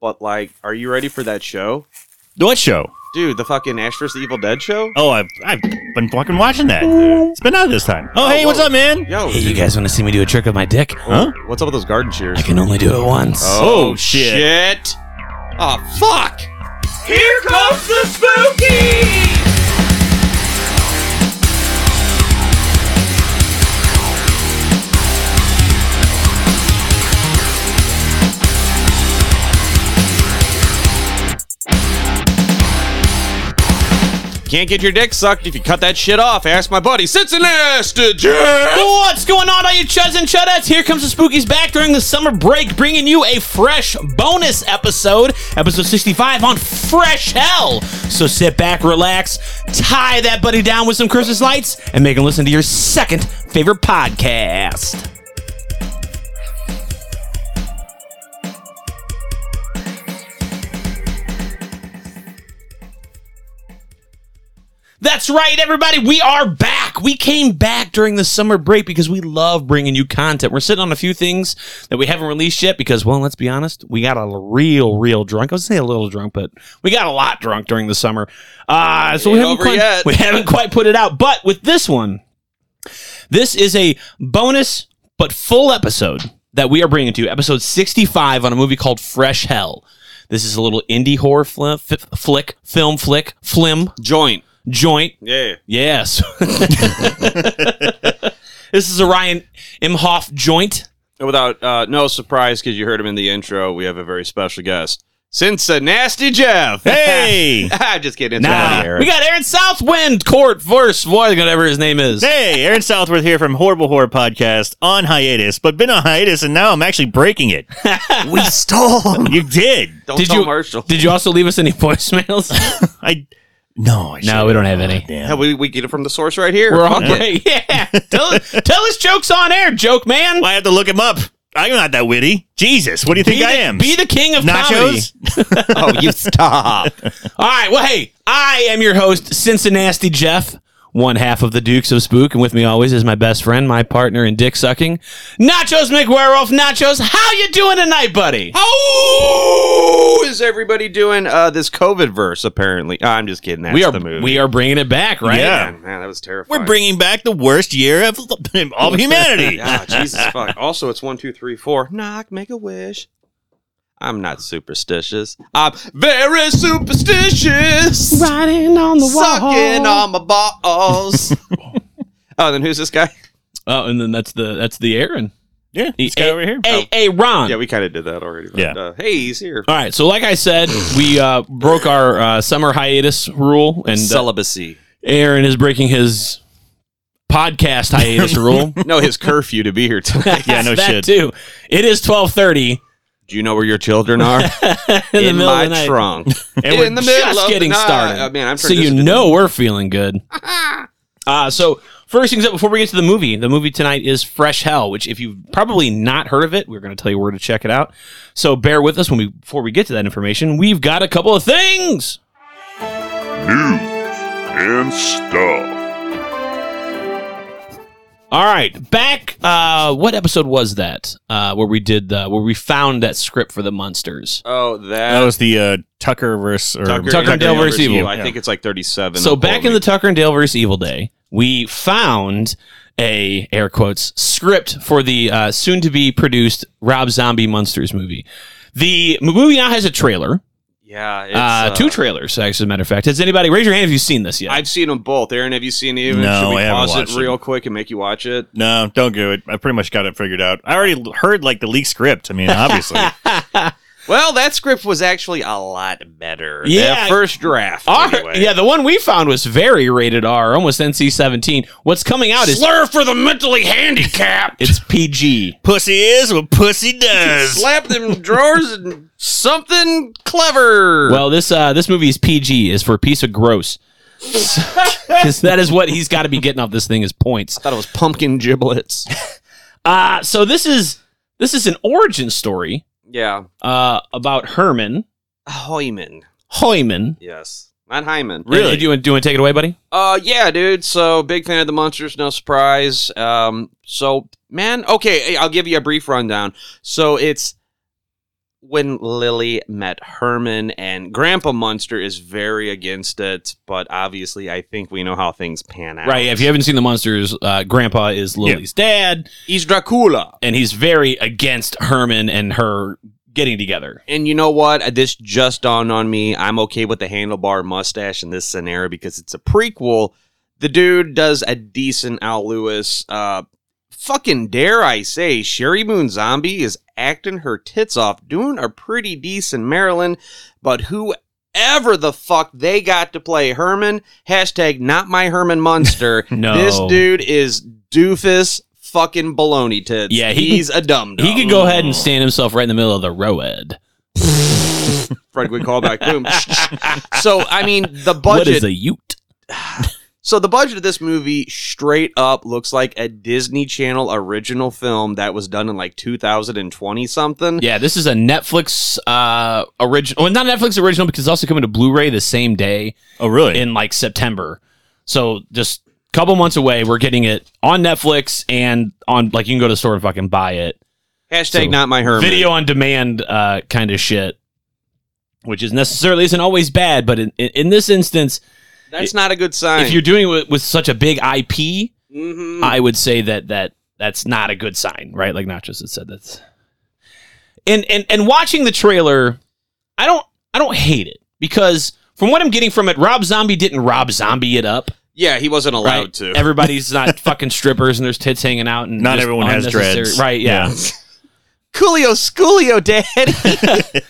But like, are you ready for that show, What show? dude? The fucking Ash vs. Evil Dead show. Oh, I've, I've been fucking watching that. It's been out this time. Oh, hey, what's whoa. up, man? Yo, Hey, you dude, guys want to see me do a trick with my dick? Huh? what's up with those garden shears? I can only do it once. Oh, shit. shit! Oh fuck! Here comes the spooky! Can't get your dick sucked if you cut that shit off. Ask my buddy. Sits an ass to Jeff. What's going on, all you chuds and chudettes? Here comes the Spookies back during the summer break, bringing you a fresh bonus episode, episode 65 on Fresh Hell. So sit back, relax, tie that buddy down with some Christmas lights, and make him listen to your second favorite podcast. That's right, everybody. We are back. We came back during the summer break because we love bringing you content. We're sitting on a few things that we haven't released yet because, well, let's be honest, we got a real, real drunk. I was say a little drunk, but we got a lot drunk during the summer. Uh, so we Ain't haven't, over quite, yet. we haven't quite put it out. But with this one, this is a bonus but full episode that we are bringing to you, episode 65 on a movie called Fresh Hell. This is a little indie horror fl- f- flick, film flick, flim Joint. joint. Yeah. Yes. this is a Ryan Imhoff joint. And without uh, no surprise, because you heard him in the intro, we have a very special guest. Since a nasty Jeff. Hey. I'm just kidding. It's Nah. our buddy Aaron. We got Aaron Southwind, Court, Verse, whatever his name is. Hey, Aaron Southworth here from Horrible Horror Podcast on hiatus, but been on hiatus and now I'm actually breaking it. We stole him. You did. Don't Did tell you- Marshall. Did you also leave us any voicemails? I no, I no, we don't have any. Hell, Damn. we, we get it from the source right here. We're on Fuck it. break. Yeah. Tell, tell us jokes on air, joke man. Well, I have to look him up. I'm not that witty. Jesus, what do you think be I the, am? Be the king of comedy. Nachos? Oh, you stop. All right. Well, hey, I am your host, Cincinnati Jeff, one half of the Dukes of Spook, and with me always is my best friend, my partner in dick sucking, Nachos McWerewolf. Nachos, how you doing tonight, buddy? How is everybody doing uh, this COVID verse, apparently? Ah, I'm just kidding. That's we are the movie. we are bringing it back, right? Yeah. Man, man, that was terrifying. We're bringing back the worst year of, of humanity. Ah, Jesus fuck. Also, it's one, two, three, four. Knock, make a wish. I'm not superstitious. I'm very superstitious. Riding on the wall. Sucking on my balls. oh, then who's this guy? Oh, and then that's the that's the Aaron. yeah, this guy Hey, over here. Hey, hey, Ron. Oh. Yeah, we kind of did that already. but, Yeah. Uh, hey, he's here. All right. So, like I said, we uh, broke our uh, summer hiatus rule, and uh, Celibacy. Aaron is breaking his podcast hiatus rule. no, his curfew to be here tonight. Yeah, no that shit. Too. It is twelve thirty Do you know where your children are? in, the in middle my of the night. trunk. And we're Just of the getting night. started. I mean, I'm so you transitioning. know we're feeling good. uh, so first things up before we get to the movie. The movie tonight is Fresh Hell, which if you've probably not heard of it, we're going to tell you where to check it out. So bear with us when we before we get to that information. We've got a couple of things. news and stuff. All right, back. Uh, what episode was that? Uh, where we did the where we found that script for the monsters. Oh, That that, was the uh, Tucker versus or Tucker, Tucker and Dale versus Evil. I Yeah. think it's like 37. So back in the Tucker and Dale versus Evil Day, we found a air quotes script for the uh, soon to be produced Rob Zombie Monsters movie. The movie now has a trailer, yeah, it's, uh, two trailers, actually, as a matter of fact. Has anybody raise your hand if you've seen this yet? I've seen them both. Aaron, have you seen either? No, Should we I haven't pause watched it it. real quick and make you watch it? No, don't do it. I pretty much got it figured out. I already l- heard like the leaked script. I mean, obviously. Well, that script was actually a lot better. Yeah. That first draft. Our- anyway. yeah, the one we found was very rated R, almost NC seventeen. What's coming out is Slur for the mentally handicapped. it's PG. pussy is what pussy does. Slap them drawers and something clever. Well, this uh, this movie is PG, is for a piece of gross. Because that is what he's got to be getting off this thing is points. I thought it was pumpkin giblets. Uh, so this is this is an origin story yeah. uh, about Herman Hyman. Hoyman. Yes. Not Hyman. Really? Do you, want- do you want to take it away, buddy? Uh, yeah, dude. So big fan of the monsters, no surprise. Um, so man, okay, hey, I'll give you a brief rundown. So it's when Lily met Herman, and Grandpa Munster is very against it, but obviously, I think we know how things pan out. Right. If you haven't seen the monsters, uh, Grandpa is Lily's dad, He's Dracula. and he's very against Herman and her getting together. And you know what? This just dawned on me. I'm okay with the handlebar mustache in this scenario because it's a prequel. The dude does a decent Al Lewis. Uh, fucking dare I say, Sherry Moon Zombie is acting her tits off, doing a pretty decent Marilyn. But whoever the fuck they got to play Herman, hashtag not my Herman Munster. No. This dude is doofus fucking baloney tits. Yeah, he- he's a dum dum. He could go ahead and stand himself right in the middle of the road. Fred Good callback. Boom. so I mean the What is budget. a Ute? so the budget of this movie straight up looks like a Disney Channel original film that was done in like 2020 something. Yeah, this is a Netflix uh, original. Well, not Netflix original because it's also coming to Blu-ray the same day Oh, really? in like September. So just a couple months away, we're getting it on Netflix and on like you can go to the store and fucking buy it. Hashtag So, not my Herman. Video on demand uh, kind of shit, which is necessarily isn't always bad, but in, in, in this instance, That's not a good sign. if you're doing it with, with such a big IP, Mhm. I would say that that that's not a good sign, right? Like Nachos had said that's and and and watching the trailer, I don't I don't hate it because from what I'm getting from it, Rob Zombie didn't Rob Zombie it up. yeah, he wasn't allowed Right? to. Everybody's not fucking strippers and there's tits hanging out and Not just everyone has unnecessary- dreads. Right, yeah. Coolio, Schoolio, daddy.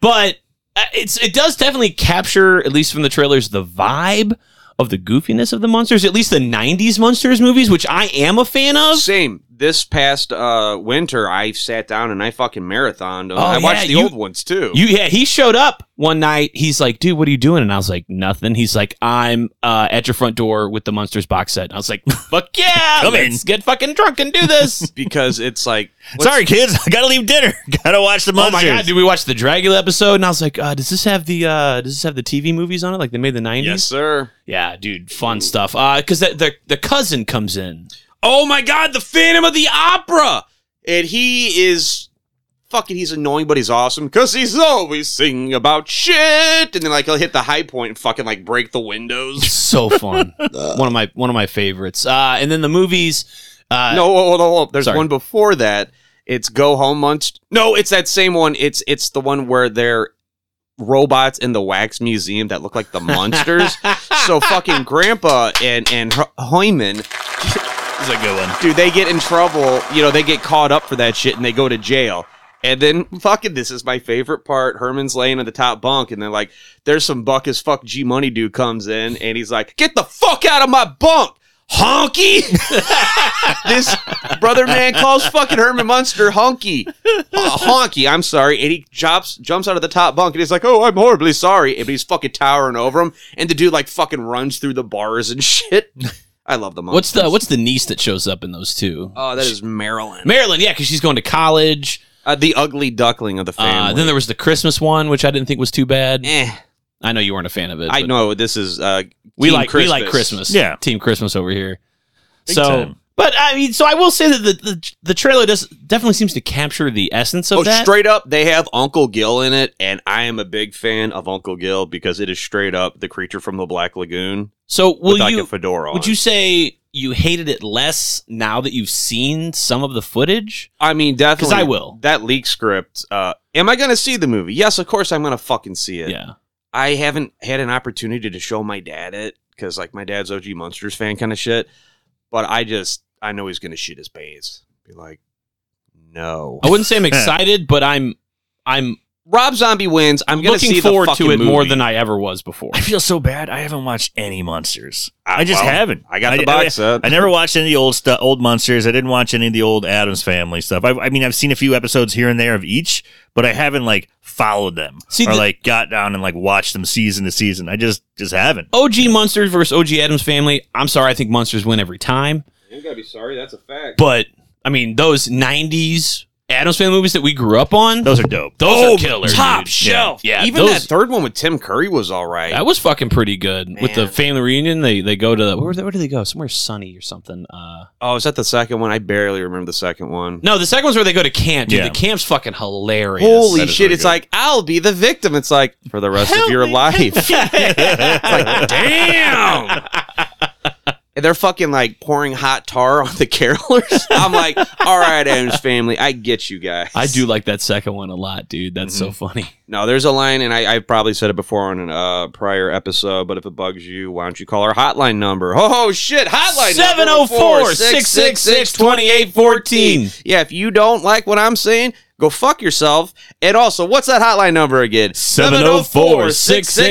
But uh, it's it does definitely capture, at least from the trailers, the vibe of the goofiness of the monsters, at least the '90s monsters movies, which I am a fan of. Same. This past uh, winter, I sat down and I fucking marathoned. them. Oh, I watched yeah, the you- old ones too. You yeah, he showed up one night. He's like, dude, what are you doing? And I was like, nothing. He's like, I'm uh, at your front door with the monsters box set. And I was like, fuck yeah, Come in. let's get fucking drunk and do this. because it's like what's- Sorry, kids. I gotta leave dinner. Gotta watch the oh monsters. my god, did we watch the Dragula episode? And I was like, uh, does this have the uh, does this have the TV movies on it? Like they made the '90s. Yes, sir. Yeah, dude, fun stuff. Uh, because the, the the cousin comes in. Oh my god, the Phantom of the Opera! And he is fucking he's annoying, but he's awesome because he's always singing about shit. And then like he'll hit the high point and fucking like break the windows. So fun. one of my one of my favorites. Uh, and then the movies. Uh, no, hold, hold, hold. there's sorry. one before that. It's Go Home Munch. No, it's that same one. It's it's the one where they're robots in the wax museum that look like the monsters. so fucking grandpa and and Ho- Hoyman This is a good one. dude, they get in trouble. You know, they get caught up for that shit and they go to jail. And then fucking this is my favorite part. Herman's laying on the top bunk, and they're like, "There's some buck as fuck G money dude comes in, and he's like, "Get the fuck out of my bunk, honky!" this brother man calls fucking Herman Munster honky, uh, honky. I'm sorry, and he jumps jumps out of the top bunk, and he's like, "Oh, I'm horribly sorry," but he's fucking towering over him, and the dude like fucking runs through the bars and shit. I love the monster. What's the what's the niece that shows up in those two? Oh, that is Maryland. Marilyn, yeah, because she's going to college. Uh, the ugly duckling of the family. Uh, then there was the Christmas one, which I didn't think was too bad. eh, I know you weren't a fan of it. I but know this is. Uh, we Team like we like Christmas. Yeah. Team Christmas over here. Big so, time. but I mean, so I will say that the the, the trailer does definitely seems to capture the essence of Oh, that. straight up, they have Uncle Gil in it, and I am a big fan of Uncle Gil because it is straight up the creature from the Black Lagoon so, with will like you a fedora. on. would you say you hated it less now that you've seen some of the footage? I mean, definitely. I will. That leak script. Uh, am I going to see the movie? Yes, of course I'm going to fucking see it. Yeah. I haven't had an opportunity to show my dad it because like my dad's OG Monsters fan kind of shit, but I just I know he's going to shoot his pants. Be like, no. I wouldn't say I'm excited, but I'm I'm Rob Zombie wins. I'm gonna looking see forward the to fucking it more movie. than I ever was before. I feel so bad. I haven't watched any monsters. Ah, I just well, haven't. I got the box I, set. I never watched any of the old stuff, old monsters. I didn't watch any of the old Adams Family stuff. I, I mean, I've seen a few episodes here and there of each, but I haven't like followed them See, or the- like got down and like watched them season to season. I just just haven't. OG Munsters versus OG Adams Family. I'm sorry, I think Munsters win every time. You gotta be sorry. That's a fact. But I mean, those '90s Adams Family movies that we grew up on. Those are dope. Those Oh, are killer. top dude. shelf. Yeah, yeah, Even those- that third one with Tim Curry was all right. That was fucking pretty good. With the Man. family reunion, they they go to where, where do they go? Somewhere sunny or something. Uh, oh, is that the second one? I barely remember the second one. no, the second one's where they go to camp. Dude, Yeah. the camp's fucking hilarious. Holy That is shit! really it's good. like I'll be the victim. It's like for the rest of your life. Damn. And they're fucking like pouring hot tar on the carolers. I'm like, all right, Adams family, I get you guys. I do like that second one a lot, dude. That's so funny. No, there's a line, and I, I probably said it before on a uh, prior episode, but if it bugs you, why don't you call our hotline number? Oh, shit, hotline number 704-666-2814. Yeah, if you don't like what I'm saying, go fuck yourself. And also, what's that hotline number again?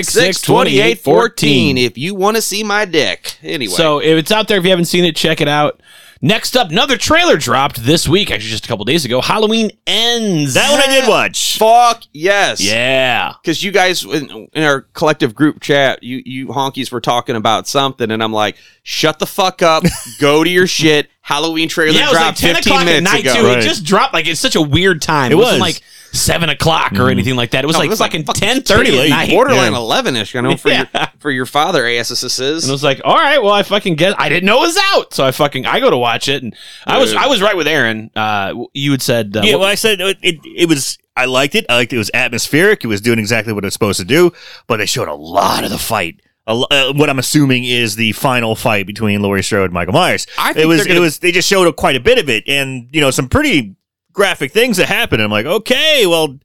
704-666-2814. If you want to see my dick. Anyway. So if it's out there, if you haven't seen it, check it out. Next up, another trailer dropped this week, actually just a couple days ago. Halloween ends. That one I did watch. fuck yes. Yeah. because you guys in, in our collective group chat, you you honkies were talking about something, and I'm like, shut the fuck up, go to your shit. Halloween trailer yeah, it was like dropped 10 15 o'clock at minutes night, ago. too. It Right. just dropped like it's such a weird time. It, It wasn't was. like 7 o'clock Mm-hmm. or anything like that. It was No, like it was like fucking fucking 10 30 late. night. Borderline Yeah. 11 ish, I know for your for your father And I asses. was like, all right, well, I fucking guess I didn't know it was out, so I fucking I go to watch it, and I was I was right with Aaron. Uh, you had said, uh, Yeah, what- well, I said it, it. It was. I liked it. I liked it. It was atmospheric. It was doing exactly what it's supposed to do. But they showed a lot of the fight. A, lo- uh, what I'm assuming is the final fight between Laurie Strode and Michael Myers. I think it was. they're gonna- It was. They just showed quite a bit of it, and you know some pretty graphic things that happened. I'm like, okay, well.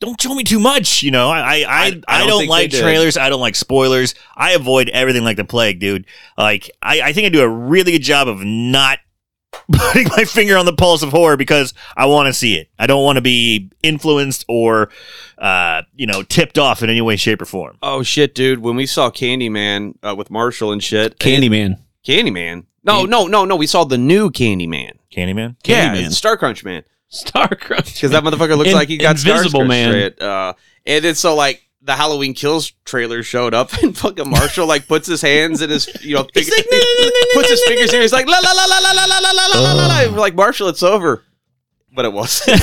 Don't show me too much, you know. I I, I, I, I don't don't, think like they did. trailers. I don't like spoilers. I avoid everything like the plague, dude. Like I, I think I do a really good job of not putting my finger on the pulse of horror because I want to see it. I don't want to be influenced or, uh, you know, tipped off in any way, shape, or form. Oh shit, dude! When we saw Candyman uh, with Marshall and shit, Candyman. Candyman. No, no, no, no. We saw the new Candyman. Candyman. Yeah, Candyman. Star Crunch Man. Star Crunch. because that motherfucker looks In- like he got Invisible Starscream Man. straight. Uh, and then so like the Halloween Kills trailer showed up, and fucking Marshall like puts his hands in his you know fig- puts his fingers in. He's like la la la la la la la la la la la la. And we're Like Marshall, it's over. But it wasn't.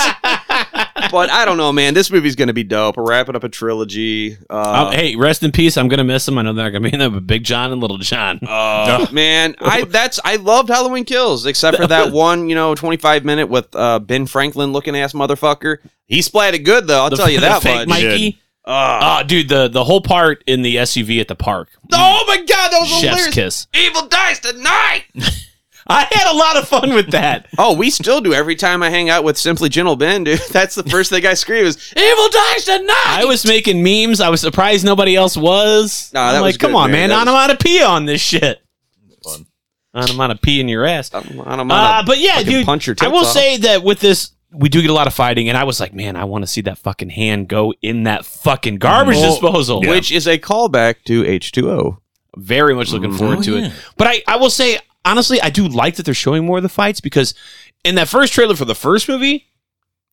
but I don't know, man. This movie's gonna be dope. We're wrapping up a trilogy. Um, Uh, hey, rest in peace. I'm gonna miss him. I know they're not gonna be in there, but Big John and Little John. uh, man, I that's I loved Halloween Kills, except for that one, you know, twenty five minute with uh, Ben Franklin looking ass motherfucker. He splatted good though. I'll The- tell you the that much. fake Mikey. Uh, Oh, dude, the the whole part in the SUV at the park. Oh my god, that was Mm. Chef's hilarious! kiss. Evil dies tonight. I had a lot of fun with that. Oh, we still do every time I hang out with Simply Gentle Ben, dude. That's the first thing I scream is Evil dies tonight. I was making memes. I was surprised nobody else was. Nah, I'm that like, was come good, on, man. man. That was- Onomatopoeia on this shit. Onomatopoeia in your ass. I'm, I'm Uh, on a but yeah, fucking dude, punch your I tits will off. say that with this, we do get a lot of fighting, and I was like, man, I want to see that fucking hand go in that fucking garbage Well, disposal. which is a callback to H2O. very much looking Mm-hmm. forward to it. But I, I will say, honestly, I do like that they're showing more of the fights because in that first trailer for the first movie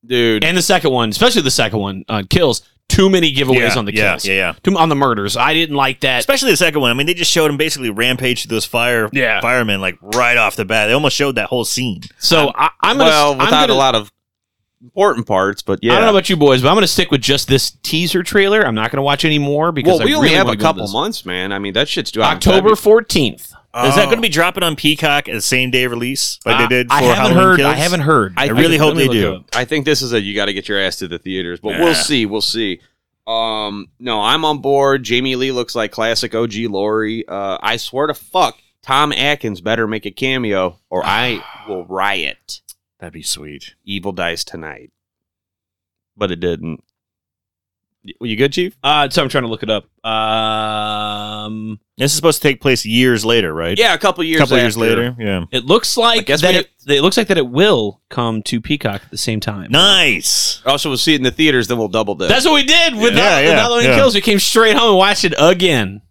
Dude, and the second one, especially the second one on kills, too many giveaways on the yeah, kills. yeah, yeah. Too- on the murders. I didn't like that. Especially the second one. I mean, they just showed him basically rampage through those fire Yeah. firemen like right off the bat. They almost showed that whole scene. So I, I'm gonna, well, I'm without gonna- a lot of important parts, but yeah. I don't know about you boys, but I'm going to stick with just this teaser trailer. I'm not going to watch any more because well, we I only really have wanna a go couple this. months, man. I mean, that shit's due out in October February. 14th. Is that going to be dropping on Peacock at the same day release like Oh. Uh, they did for I haven't Halloween heard. Kills? I haven't heard. I really hope they do. I think this is a you got to get your ass to the theaters, but we'll Yeah. see. We'll see. Um, no, I'm on board. Jamie Lee looks like classic OG Laurie. Uh, I swear to fuck, Tom Atkins better make a cameo, or I will riot. That'd be sweet. Evil dies tonight, but it didn't. Y- You good, Chief? Uh, so I'm trying to look it up. Um, This is supposed to take place years later, right? Yeah, a couple a years. couple years after. later. Yeah. it looks like guess that. we It, it looks like that it will come to Peacock at the same time. Nice. Also, we'll see it in the theaters. Then we'll double dip. That's what we did with Yeah, Hall- with yeah, Halloween yeah. Kills. We came straight home and watched it again.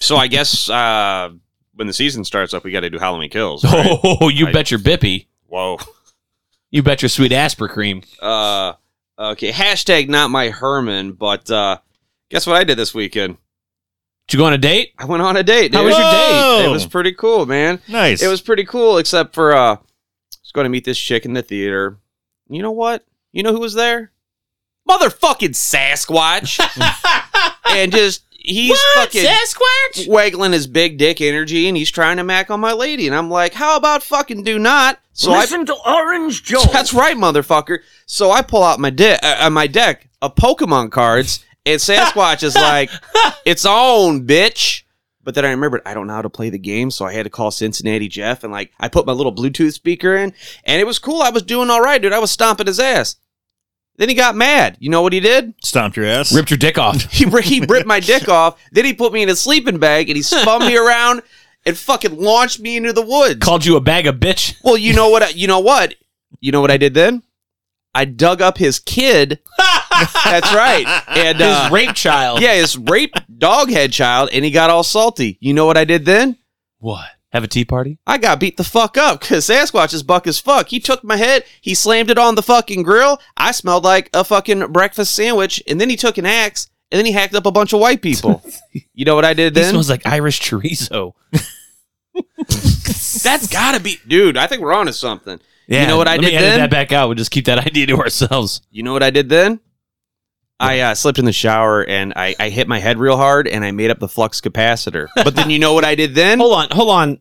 so I guess uh, when the season starts up, we got to do Halloween Kills. right? Oh, you I- bet your bippy. Whoa. You bet your sweet asper cream. Uh, okay. Hashtag not my Herman, but uh, guess what I did this weekend? Did you go on a date? I went on a date. How dude. was your date? It was pretty cool, man. Nice. It was pretty cool, except for uh, going to meet this chick in the theater. You know what? You know who was there? Motherfucking Sasquatch. and just he's fucking Sasquatch? waggling his big dick energy and he's trying to mack on my lady and I'm like, how about fucking do not? So I Listen to Orange Joe. that's right, motherfucker. So I pull out my deck, uh, uh, my deck of Pokemon cards, and Sasquatch is like, "It's on, bitch." But then I remembered I don't know how to play the game, so I had to call Cincinnati Jeff, and like I put my little Bluetooth speaker in, and it was cool. I was doing all right, dude. I was stomping his ass. Then he got mad. You know what he did? Stomped your ass. Ripped your dick off. He ri- he ripped my dick off. Then he put me in a sleeping bag, and he spun me around and fucking launched me into the woods. Called you a bag of bitch. Well, you know what? I, you know what? You know what I did then? I dug up his kid. That's right. And uh, His rape child. yeah, his rape dog head child, and he got all salty. You know what I did then? What? Have a tea party? I got beat the fuck up because Sasquatch is buck as fuck. He took my head, he slammed it on the fucking grill. I smelled like a fucking breakfast sandwich, and then he took an axe, and then he hacked up a bunch of white people. you know what I did This then? smells like Irish chorizo. That's gotta be, dude. I think we're onto something. you know what I let did me edit then? that back out. We'll just keep that idea to ourselves. You know what I did then? I uh, slipped in the shower and I, I hit my head real hard and I made up the flux capacitor. But then you know what I did then? Hold on, hold on.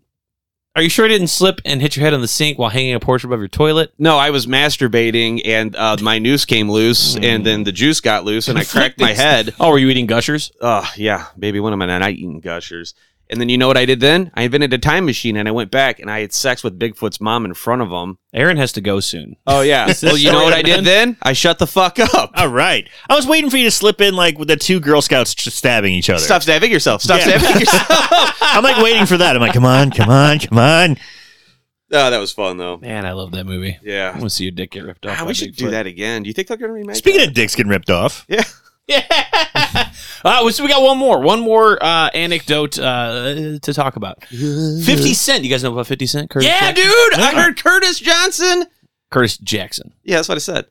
Are you sure it didn't slip and hit your head on the sink while hanging a portrait above your toilet? No, I was masturbating and uh, my noose came loose and then the juice got loose and I cracked my head. Oh, were you eating gushers? Oh, yeah, baby, when am I not eating gushers? And then you know what I did then? I invented a time machine and I went back and I had sex with Bigfoot's mom in front of him. Aaron has to go soon. Oh, yeah. well, you know what I did then? I shut the fuck up. All right. I was waiting for you to slip in like with the two Girl Scouts ch- stabbing each other. Stop stabbing yourself. Stop Yeah. stabbing yourself. I'm like waiting for that. I'm like, come on, come on, come on. oh, that was fun, though. Man, I love that movie. I Yeah. want to see your dick get ripped off. Ah, by we should Bigfoot. do that again. Do you think they're going to remake Speaking of dicks getting ripped off, Yeah. Yeah. Uh, so we got one more, one more uh, anecdote uh, to talk about. Fifty Cent. You guys know about Fifty Cent? Curtis Yeah, Jackson? dude. I heard Curtis Johnson. Curtis Jackson. Yeah, that's what I said.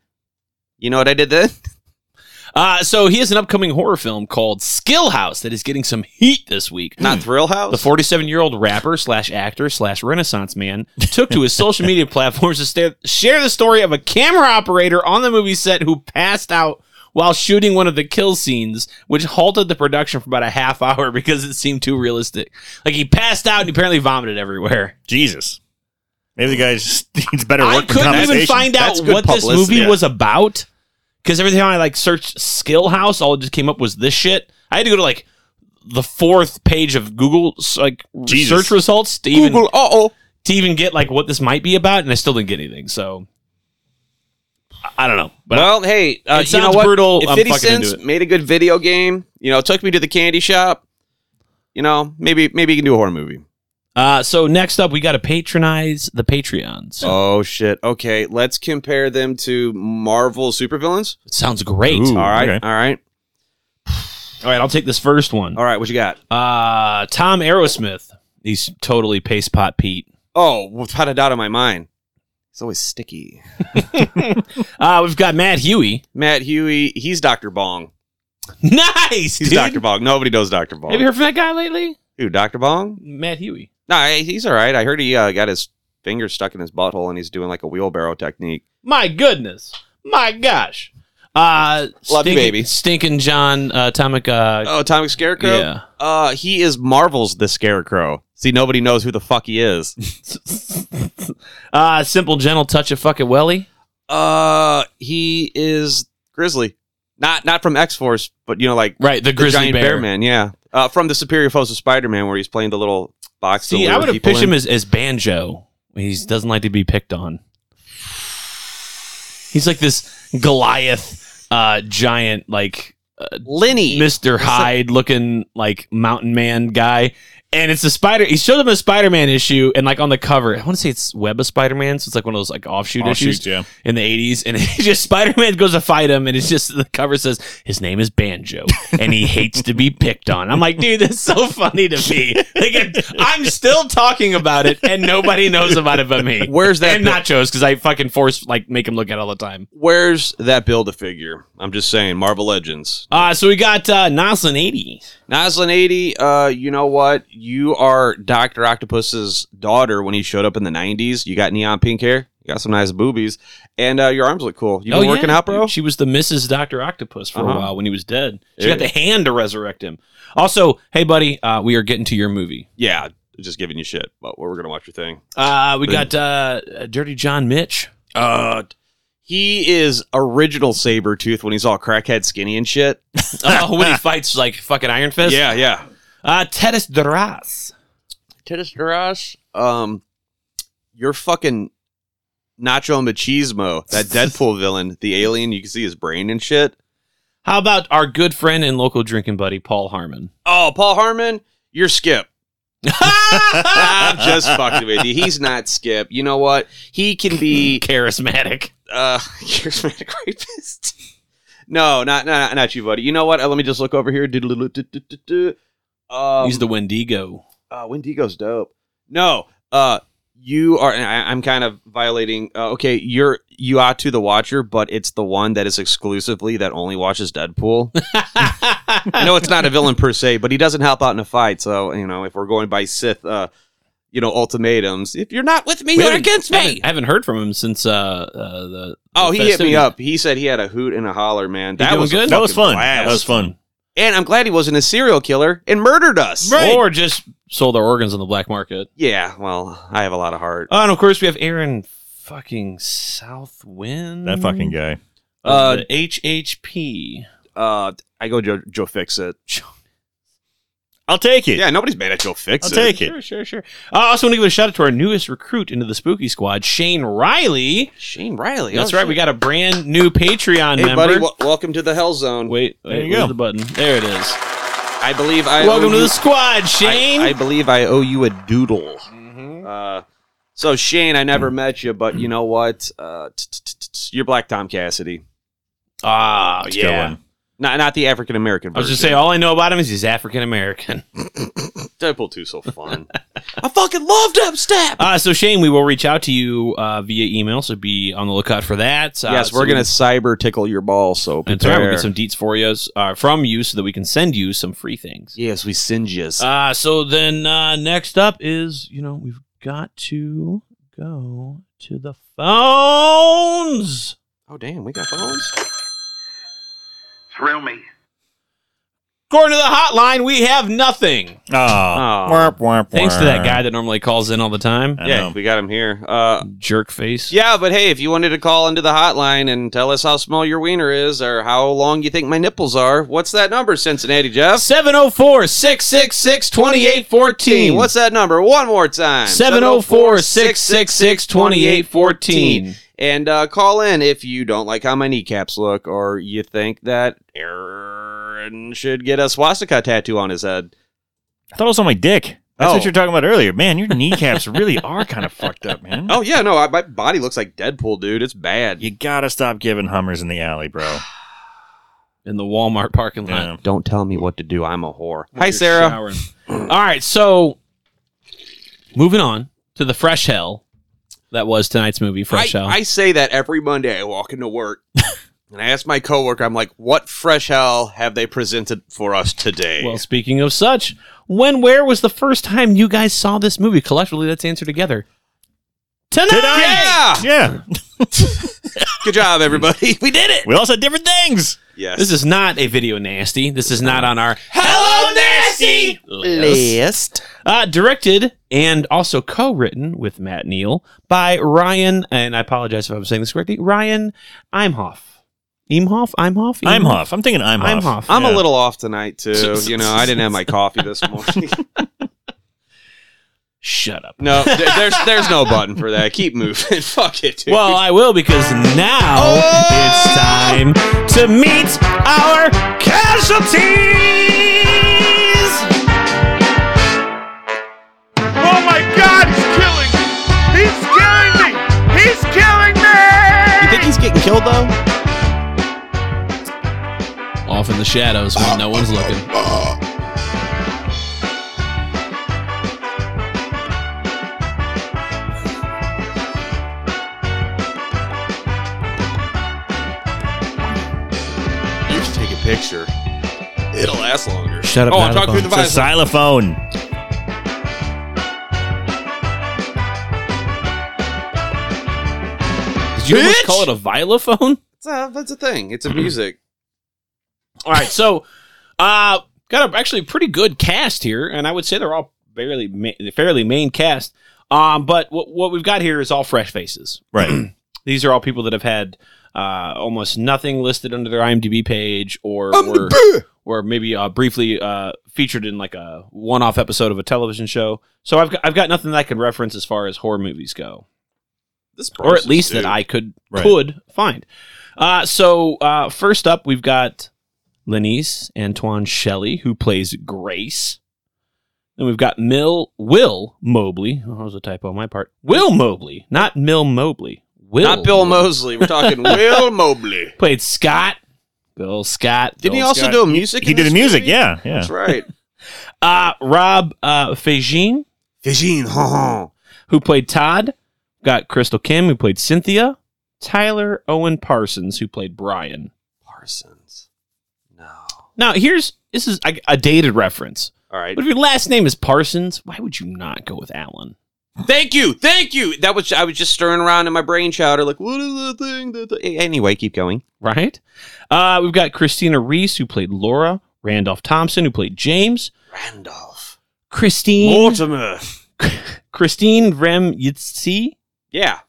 You know what I did then? Uh, so he has an upcoming horror film called Skill House that is getting some heat this week. Not Thrill House. The 47 year old rapper slash actor slash renaissance man took to his social media platforms to sta- share the story of a camera operator on the movie set who passed out while shooting one of the kill scenes, which halted the production for about a half hour because it seemed too realistic. Like he passed out and apparently vomited everywhere. Jesus. Maybe the guy just needs better I work and couldn't even compensation. find out That's good what this publicity. movie Yeah. was about because every time I like searched Skill House, all it just came up was this shit. I had to go to like the fourth page of Google like Jesus. search results to even Google. Uh oh. to even get like what this might be about, and I still didn't get anything. So I- I don't know. But Well, hey, uh, It you know sounds what? brutal. If I'm 50 fucking into Cent it. made a good video game, you know, took me to the candy shop. You know, maybe maybe you can do a horror movie. uh, so next up, we got to patronize the Patreons. Oh shit. Okay, let's compare them to Marvel supervillains. It sounds great. Ooh, All right. okay. All right. All right, I'll take this first one. All right, what you got? Uh, Tom Aerosmith. He's totally paste pot Pete. Oh, without a doubt in my mind. It's always sticky. Uh, we've got Matt Huey. Matt Huey, he's Dr. Bong. Nice, He's dude. Dr. Bong. Nobody knows Dr. Bong. Have you heard from that guy lately? Who, Dr. Bong? Matt Huey. No, I- he's all right. I heard he uh, got his finger stuck in his butthole and he's doing like a wheelbarrow technique. My goodness. My gosh. Uh, Love you, stinking, baby. Stinking John uh, Atomic. Uh, Oh, Atomic Scarecrow? yeah. Uh, he is Marvel's the Scarecrow. See, nobody knows who the fuck he is. Uh, simple, gentle touch of fucking welly. uh, he is Grizzly. Not not from X Force, but you know, like Right, the the grizzly giant bear. man. Yeah, uh, from the Superior Foes of Spider Man, where he's playing the little box. to See, lure I would have people pitched in. him as, as banjo. He doesn't like to be picked on. He's like this Goliath uh, giant, like Lenny. Mister Hyde looking like mountain man guy. And it's a spider. He showed up in a Spider Man issue, and like on the cover, I want to say it's Web of Spider Man. So it's like one of those like offshoot, issues Offshoot, Oh, yeah. in the eighties. And it's just Spider Man goes to fight him, and it's just the cover says his name is Banjo, and he hates to be picked on. I'm like, dude, that's so funny to me. Like, it- I'm still talking about it, and nobody knows about it but me. Where's that And bill- nachos because I fucking force like make him look at it all the time. Where's that build a figure? I'm just saying, Marvel Legends. Uh so we got uh, Noslin eighty. Naslin eighty, uh, you know what? You are Doctor Octopus's daughter when he showed up in the '90s. You got neon pink hair. You got some nice boobies, and uh, your arms look cool. You been Oh, yeah, working out, bro? dude. She was the Mrs. Doctor Octopus for a Uh-huh. while when he was dead. She Yeah. got the hand to resurrect him. Also, hey buddy, uh, we are getting to your movie. yeah, just giving you shit. But we're gonna watch your thing. Uh, we got uh, Dirty John Mitch. Uh, he is original saber tooth when he's all crackhead skinny and shit. Oh, when he fights like fucking Iron Fist. yeah, yeah. Uh, Tedis Duras. Tedis Duras, um, your fucking Nacho Machismo, that Deadpool villain, the alien. You can see his brain and shit. How about our good friend and local drinking buddy Paul Harmon? Oh, Paul Harmon, you're Skip. I'm just fucking with you. He's not Skip. You know what? He can be Mm, Charismatic. uh charismatic rapist. No, not not not you, buddy. You know what? Uh, Let me just look over here. Do-do-do-do-do-do-do. Um, He's the Wendigo. uh, Wendigo's dope. No, uh, you are. and I, I'm kind of violating. Uh, okay, you're you are to the Watcher, but it's the one that is exclusively that only watches Deadpool. I know it's not a villain per se, but he doesn't help out in a fight. So you know, if we're going by Sith, uh, you know, ultimatums. If you're not with me, We you're haven't- against I me. haven't, I haven't heard from him since uh, uh the. Oh, he the hit me festivities. up. He said he had a hoot and a holler, man. That doing was a good? That was fucking fun. blast. That was fun. And I'm glad he wasn't a serial killer and murdered us. Or just sold our organs on the black market. Yeah. Well, I have a lot of heart. Oh, and of course we have Aaron fucking Southwind. That fucking guy. Uh, the HHP. Uh, I go Joe. Joe fix it. I'll take it. Yeah, nobody's mad at Joe Fix. I'll it. take it. Sure, sure, sure. I also want to give a shout out to our newest recruit into the Spooky Squad, Shane Riley. Shane Riley. That's oh, right. shit. We got a brand new Patreon Hey, member. buddy. wel- welcome to the Hell Zone. wait, wait, There you where's go. the button? There it is. I believe I. Welcome owe to you- the squad, Shane. I, I believe I owe you a doodle. Mm-hmm. Uh, so Shane, I never met you, but you know what? Uh, t- t- t- t- you're Black Tom Cassidy. Ah, It's a good yeah. one. Not not the African American. I was uh, just saying, all I know about him is he's African American. Deadpool 2 's so fun. I fucking love Dubstep. Uh, so Shane, we will reach out to you uh, via email, so be on the lookout for that. Uh, yes, so we're gonna we- cyber tickle your ball. So That's right. We'll prepare. get some deets for you uh, from you, so that we can send you some free things. yes, we send yous. Uh, so then uh, next up is, you know, we've got to go to the phones. oh damn, we got phones. Thrill me. According to the hotline, we have nothing. Aw. Warp, warp, Thanks to that warp. guy that normally calls in all the time. I Yeah, know. we got him here. Uh, Jerk face. Yeah, but hey, if you wanted to call into the hotline and tell us how small your wiener is or how long you think my nipples are, what's that number, Cincinnati Jeff? 704 666 2814. What's that number? One more time. 704 666 2814. And uh, call in if you don't like how my kneecaps look or you think that Aaron should get a swastika tattoo on his head. I thought it was on my dick. That's Oh. what you were talking about earlier. Man, your kneecaps really are kind of fucked up, man. Oh, yeah, no, I, my body looks like Deadpool, dude. It's bad. You gotta stop giving Hummers in the alley, bro. In the Walmart parking lot. Yeah. Don't tell me what to do. I'm a whore. Hi, You're Sarah. showering. All right, so moving on to the fresh hell that was tonight's movie, Fresh I, Hell. I say that every Monday I walk into work and I ask my coworker, I'm like, what fresh hell have they presented for us today? well, speaking of such, when, where was the first time you guys saw this movie? Collectively, let's answer together. Tonight! yeah! Yeah. Good job, everybody. we did it. We all said different things. Yes. This is not a video nasty. This is not on our Hello Nasty list. Uh, directed and also co-written with Matt Neal by Ryan, and I apologize if I'm saying this correctly, Ryan Imhoff. Imhoff? Imhoff? I'm Hoff. I'm thinking I'm I'm Hoff. Hoff. I'm Yeah. a little off tonight, too. you know, I didn't have my coffee this morning. Shut up. no, th- there's there's no button for that. Keep moving. Fuck it, dude. Well, I will because now Oh! it's time to meet our casualties. Oh my god, he's killing me! He's killing me! He's killing me! you think he's getting killed, though? Off in the shadows when no one's looking. You should take a picture. It'll last longer. Shut up, Oh, I'm Naldo. talking through the visor. It's a xylophone. you almost Bitch! call it a vilophone? It's a, that's a thing. Mm-hmm. It's a music. All right, so uh, got a actually pretty good cast here, and I would say they're all fairly ma- fairly main cast. Um, but what what we've got here is all fresh faces. Right. These are all people that have had uh, almost nothing listed under their IMDb page, or were, or maybe uh, briefly uh, featured in like a one off episode of a television show. So I've got, I've got nothing that I could reference as far as horror movies go This or at person's least dude. that I could Right. could find. Uh, so uh, first up, we've got Lenise Antoine Shelley, who plays Grace. Then we've got Mill Will Mobley. Oh, that was a typo on my part. Will Mobley, not Mill Mobley. Will Not Bill Mosley. We're talking Will Mobley. played Scott. Bill Scott. Didn't he Bill also Scott. do a music? He in did this the music. movie? Yeah. Yeah. That's right. Uh, Rob uh, Fajin, Fijin, huh, huh. who played Todd. Got Crystal Kim, who played Cynthia. Tyler Owen Parsons, who played Brian. Parsons. No. Now, here's this is a, a dated reference. All right. But if your last name is Parsons, why would you not go with Allen? Thank you, thank you. That was I was just stirring around in my brain chowder, like what is the thing? That the-" Anyway, keep going. Right? Uh, we've got Christina Reese, who played Laura, Randolph Thompson, who played James, Randolph Christine, Mortimer. Christine Rem Yitzi. Yeah.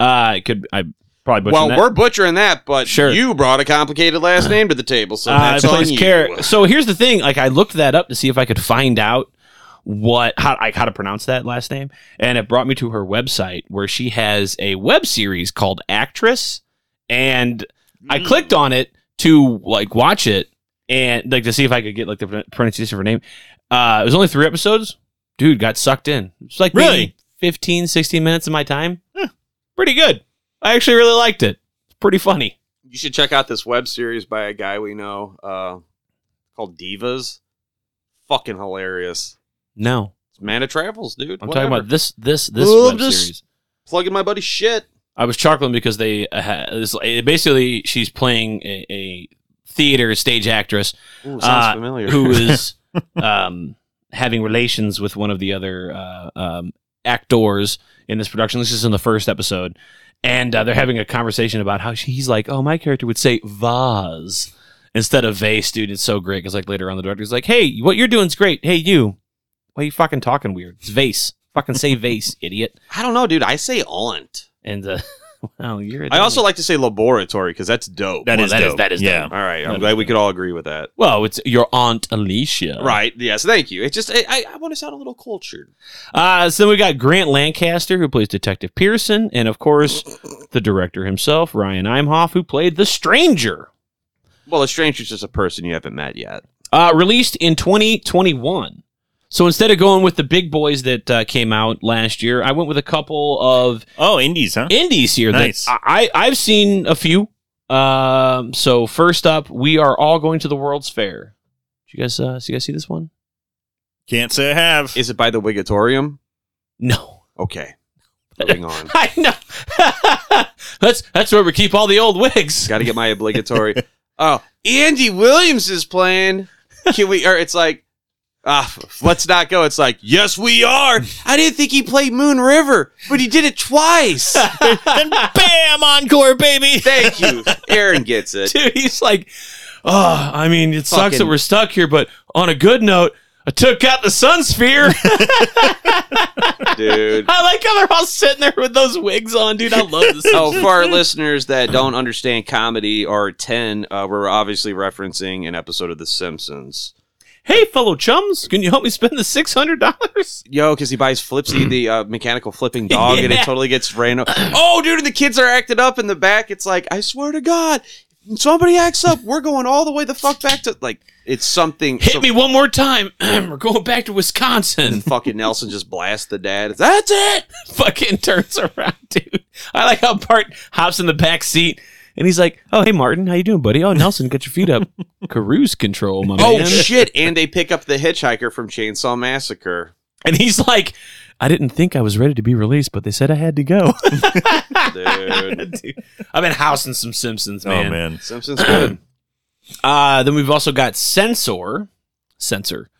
Uh, it could I probably butchered well, that. we're butchering that, but Sure. you brought a complicated last name to the table, so Uh, that's it on plays you. Kara- So here's the thing: like I looked that up to see if I could find out what how like how to pronounce that last name, and it brought me to her website where she has a web series called Actress, and I Mm. clicked on it to like watch it and like to see if I could get like the pron- pronunciation of her name. Uh, it was only three episodes. Dude got sucked in. It's like maybe Really? 15, 16 minutes of my time. Eh, pretty good. I actually really liked it. It's pretty funny. You should check out this web series by a guy we know uh, called Divas. Fucking hilarious. No, It's Man of Travels, dude. I'm Whatever. talking about this this this Well, web just- series. plugging my buddy's shit. I was chuckling because they uh, ha- this, it basically she's playing a, a theater stage actress Ooh, sounds Uh, familiar. who is um, having relations with one of the other uh, um, actors in this production. This is in the first episode, and uh, they're having a conversation about how she, he's like, "Oh, my character would say vase instead of vase, dude. It's so great." Because like later on, the director's like, "Hey, what you're doing's great. Hey, you, why you fucking talking weird? It's vase. Fucking say vase, idiot." I don't know, dude. I say aunt. And uh, wow, you're. a I dummy. also like to say laboratory because that's dope. That Well, is that is- dope. that is yeah. All right, That I'm is glad we could all agree with that. Well, it's your aunt Alicia, Right. Yes. Thank you. It's just I, I, I want to sound a little cultured. Uh, so we got Grant Lancaster, who plays Detective Pearson, and of course, the director himself, Ryan Imhoff, who played the Stranger. Well, a stranger's just a person you haven't met yet. Uh, released in 2021. So instead of going with the big boys that uh, came out last year, I went with a couple of Oh, indies, huh? indies here. Nice. That I, I I've seen a few. Um, so first up, we are all going to the World's Fair. Did you guys, uh, so you guys see this one? Can't say I have. Is it by the Wigatorium? No. Okay. Moving on. I know. that's that's where we keep all the old wigs. Got to get my obligatory. Oh, Andy Williams is playing. Can we? Or it's like, ah, f- let's not go. It's like, yes, we are. I didn't think he played Moon River, but he did it twice. then bam, encore, baby. Thank you. Aaron gets it. Dude, he's like, oh, I mean, it sucks Fucking- that we're stuck here, but on a good note, I took out the sun sphere. dude. I like how they're all sitting there with those wigs on, dude. I love this. Oh, for our listeners that don't understand comedy or 10, uh, we're obviously referencing an episode of The Simpsons. hey, fellow chums, can you help me spend the six hundred dollars? Yo, because he buys Flipsy, the uh, mechanical flipping dog, and it Yeah. totally gets ran over. Oh, dude, and the kids are acting up in the back. It's like, I swear to God, if somebody acts up, we're going all the way the fuck back to, like, it's something. Hit so- me one more time. we're going back to Wisconsin. Fucking Nelson just blasts the dad. It's, That's it! Fucking turns around, dude. I like how Bart hops in the back seat. And he's like, "Oh, hey Martin, how you doing, buddy? Oh, Nelson, get your feet up. Cruise control, my Oh, man." shit. And they pick up the hitchhiker from Chainsaw Massacre. And he's like, I didn't think I was ready to be released, but they said I had to go. Dude. I've been housing some Simpsons, Oh man. man. Simpsons good. Uh, then we've also got Censor. Censor.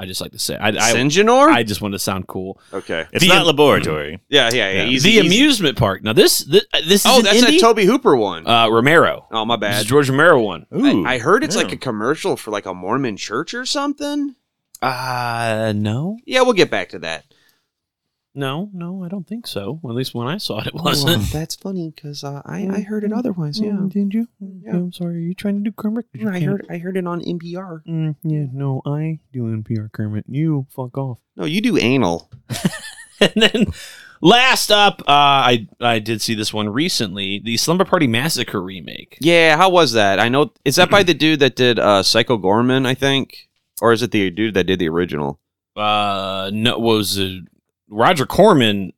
I just like to say. I I, Singenor? I just want to sound cool. okay. It's The- not laboratory. Yeah, yeah, yeah. The Easy, easy. amusement park. Now this this, this Oh, is an that's indie? that Toby Hooper one. uh, Romero. oh, my This is bad. George Romero one. Ooh. I heard it's yeah. like a commercial for like a Mormon church or something. Uh no, Yeah, we'll get back to that. no, no. I don't think so. Well, at least when I saw it, it wasn't. that's funny because uh, I, I heard it otherwise. Yeah, Did you? Mm-hmm. Yeah. I'm sorry. Are you trying to do Kermit? I heard I heard it on NPR. Mm, yeah, no, I do NPR Kermit. You fuck off. No, you do anal. And then last up, uh, I I did see this one recently, the Slumber Party Massacre remake. Yeah, how was that? I know is that by the dude that did uh, Psycho Gorman, I think, or is it the dude that did the original? Uh, no, was uh, Roger Corman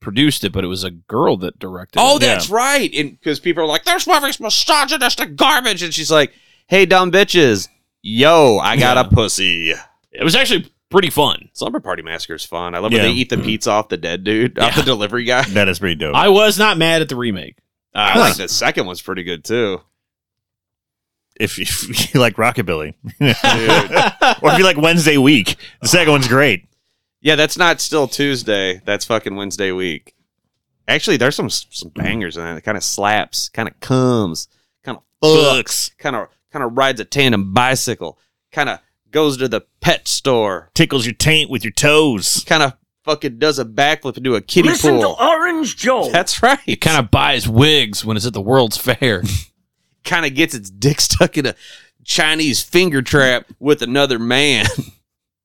produced it, but it was a girl that directed. it. Oh, right. Because people are like, "This movie's misogynistic garbage," and she's like, "Hey, dumb bitches, yo, I got Yeah. a pussy." Yeah. It was actually pretty fun. Slumber Party Massacre's fun. I love Yeah. when they eat the pizza off the dead dude, off Mm-hmm. Yeah. the delivery guy. That is pretty dope. I was not mad at the remake. Ah, I like the second one's pretty good too. if, if you like rockabilly, Dude. or if you like Wednesday week, the second one's great. yeah, that's not still Tuesday. That's fucking Wednesday week. Actually, there's some some bangers in that. It kind of slaps, kind of comes, kind of fucks, kind of kind of rides a tandem bicycle, kind of goes to the pet store, Tickles your taint with your toes. kind of fucking does a backflip into a kiddie Listen pool. to Orange Joe. that's right. It kind of buys wigs when it's at the World's Fair. kind of gets its dick stuck in a Chinese finger trap with another man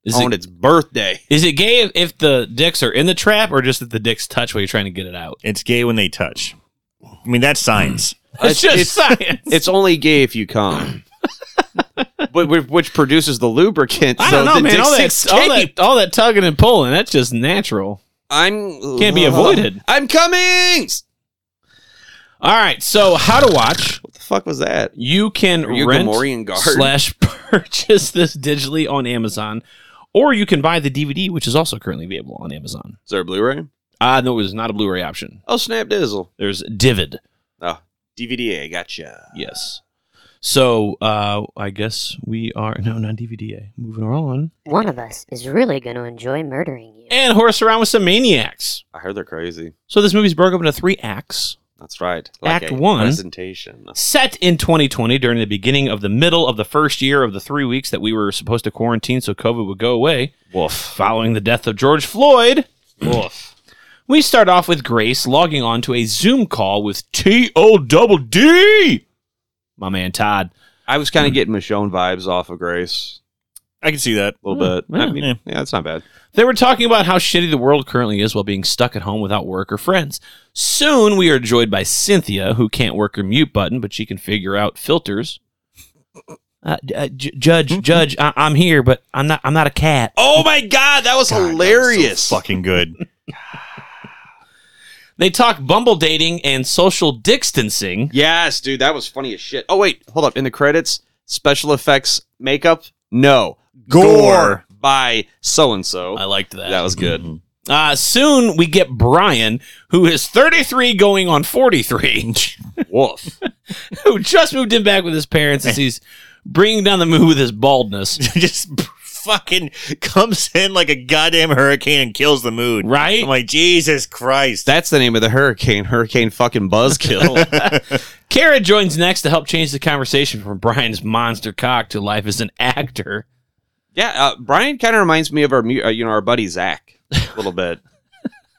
Is on it, its birthday. is it gay if, if the dicks are in the trap or just that the dicks touch while you're trying to get it out? It's gay when they touch. I mean, that's science. It's, just science. It's only gay if you come. but whi- which produces the lubricant. I so don't know, the man. dick All that, sticks all tape. that, all that tugging and pulling, that's just natural. I'm Can't be avoided. I'm coming. All right. So, how to watch. What the fuck was that? You can Are you a rent Gamorrean guard? slash purchase this digitally on Amazon, or you can buy the DVD, which is also currently available on Amazon. Is there a Blu-ray? Ah, no, it was not a Blu ray option. Oh, snap dizzle. There's Divid. DVDA, gotcha. Yes. So uh, I guess we are no not DVDA. Moving on One of us is really going to enjoy murdering you. and horse around with some maniacs. I heard they're crazy. So this movie's broken up into three acts, That's right. Act a one. presentation. set in 2020 during the beginning of the middle of the first year of the three weeks that we were supposed to quarantine so COVID would go away. Woof. Following the death of George Floyd. Woof. We start off with Grace logging on to a Zoom call with T O Double D, my man Todd. I was kind of getting Michonne vibes off of Grace I can see that. a little bit. I yeah. mean, Yeah. Hmm. yeah. it's not bad. They were talking about how shitty the world currently is while being stuck at home without work or friends. Soon we are joined by Cynthia, who can't work her mute button, but she can figure out filters. Uh, d- uh, j- judge, judge, I- I'm here, but I'm not. I'm not a cat. Oh my god, that was God, that was so hilarious. fucking good. They talk bumble dating and social distancing. Yes, dude, that was funny as shit. Oh wait, hold up. In the credits, special effects makeup? No. Gore. by so and so. I liked that. That was good. Uh, soon we get Brian, who is 33, going on 43. Woof. who just moved in back with his parents as he's bringing down the mood with his baldness, Just fucking comes in like a goddamn hurricane and kills the mood. right? I'm like, Jesus Christ. That's the name of the hurricane. Hurricane fucking buzzkill. Kara joins next to help change the conversation from Brian's monster cock to life as an actor. yeah, uh, Brian kind of reminds me of our mu- uh, you know our buddy Zach a little bit,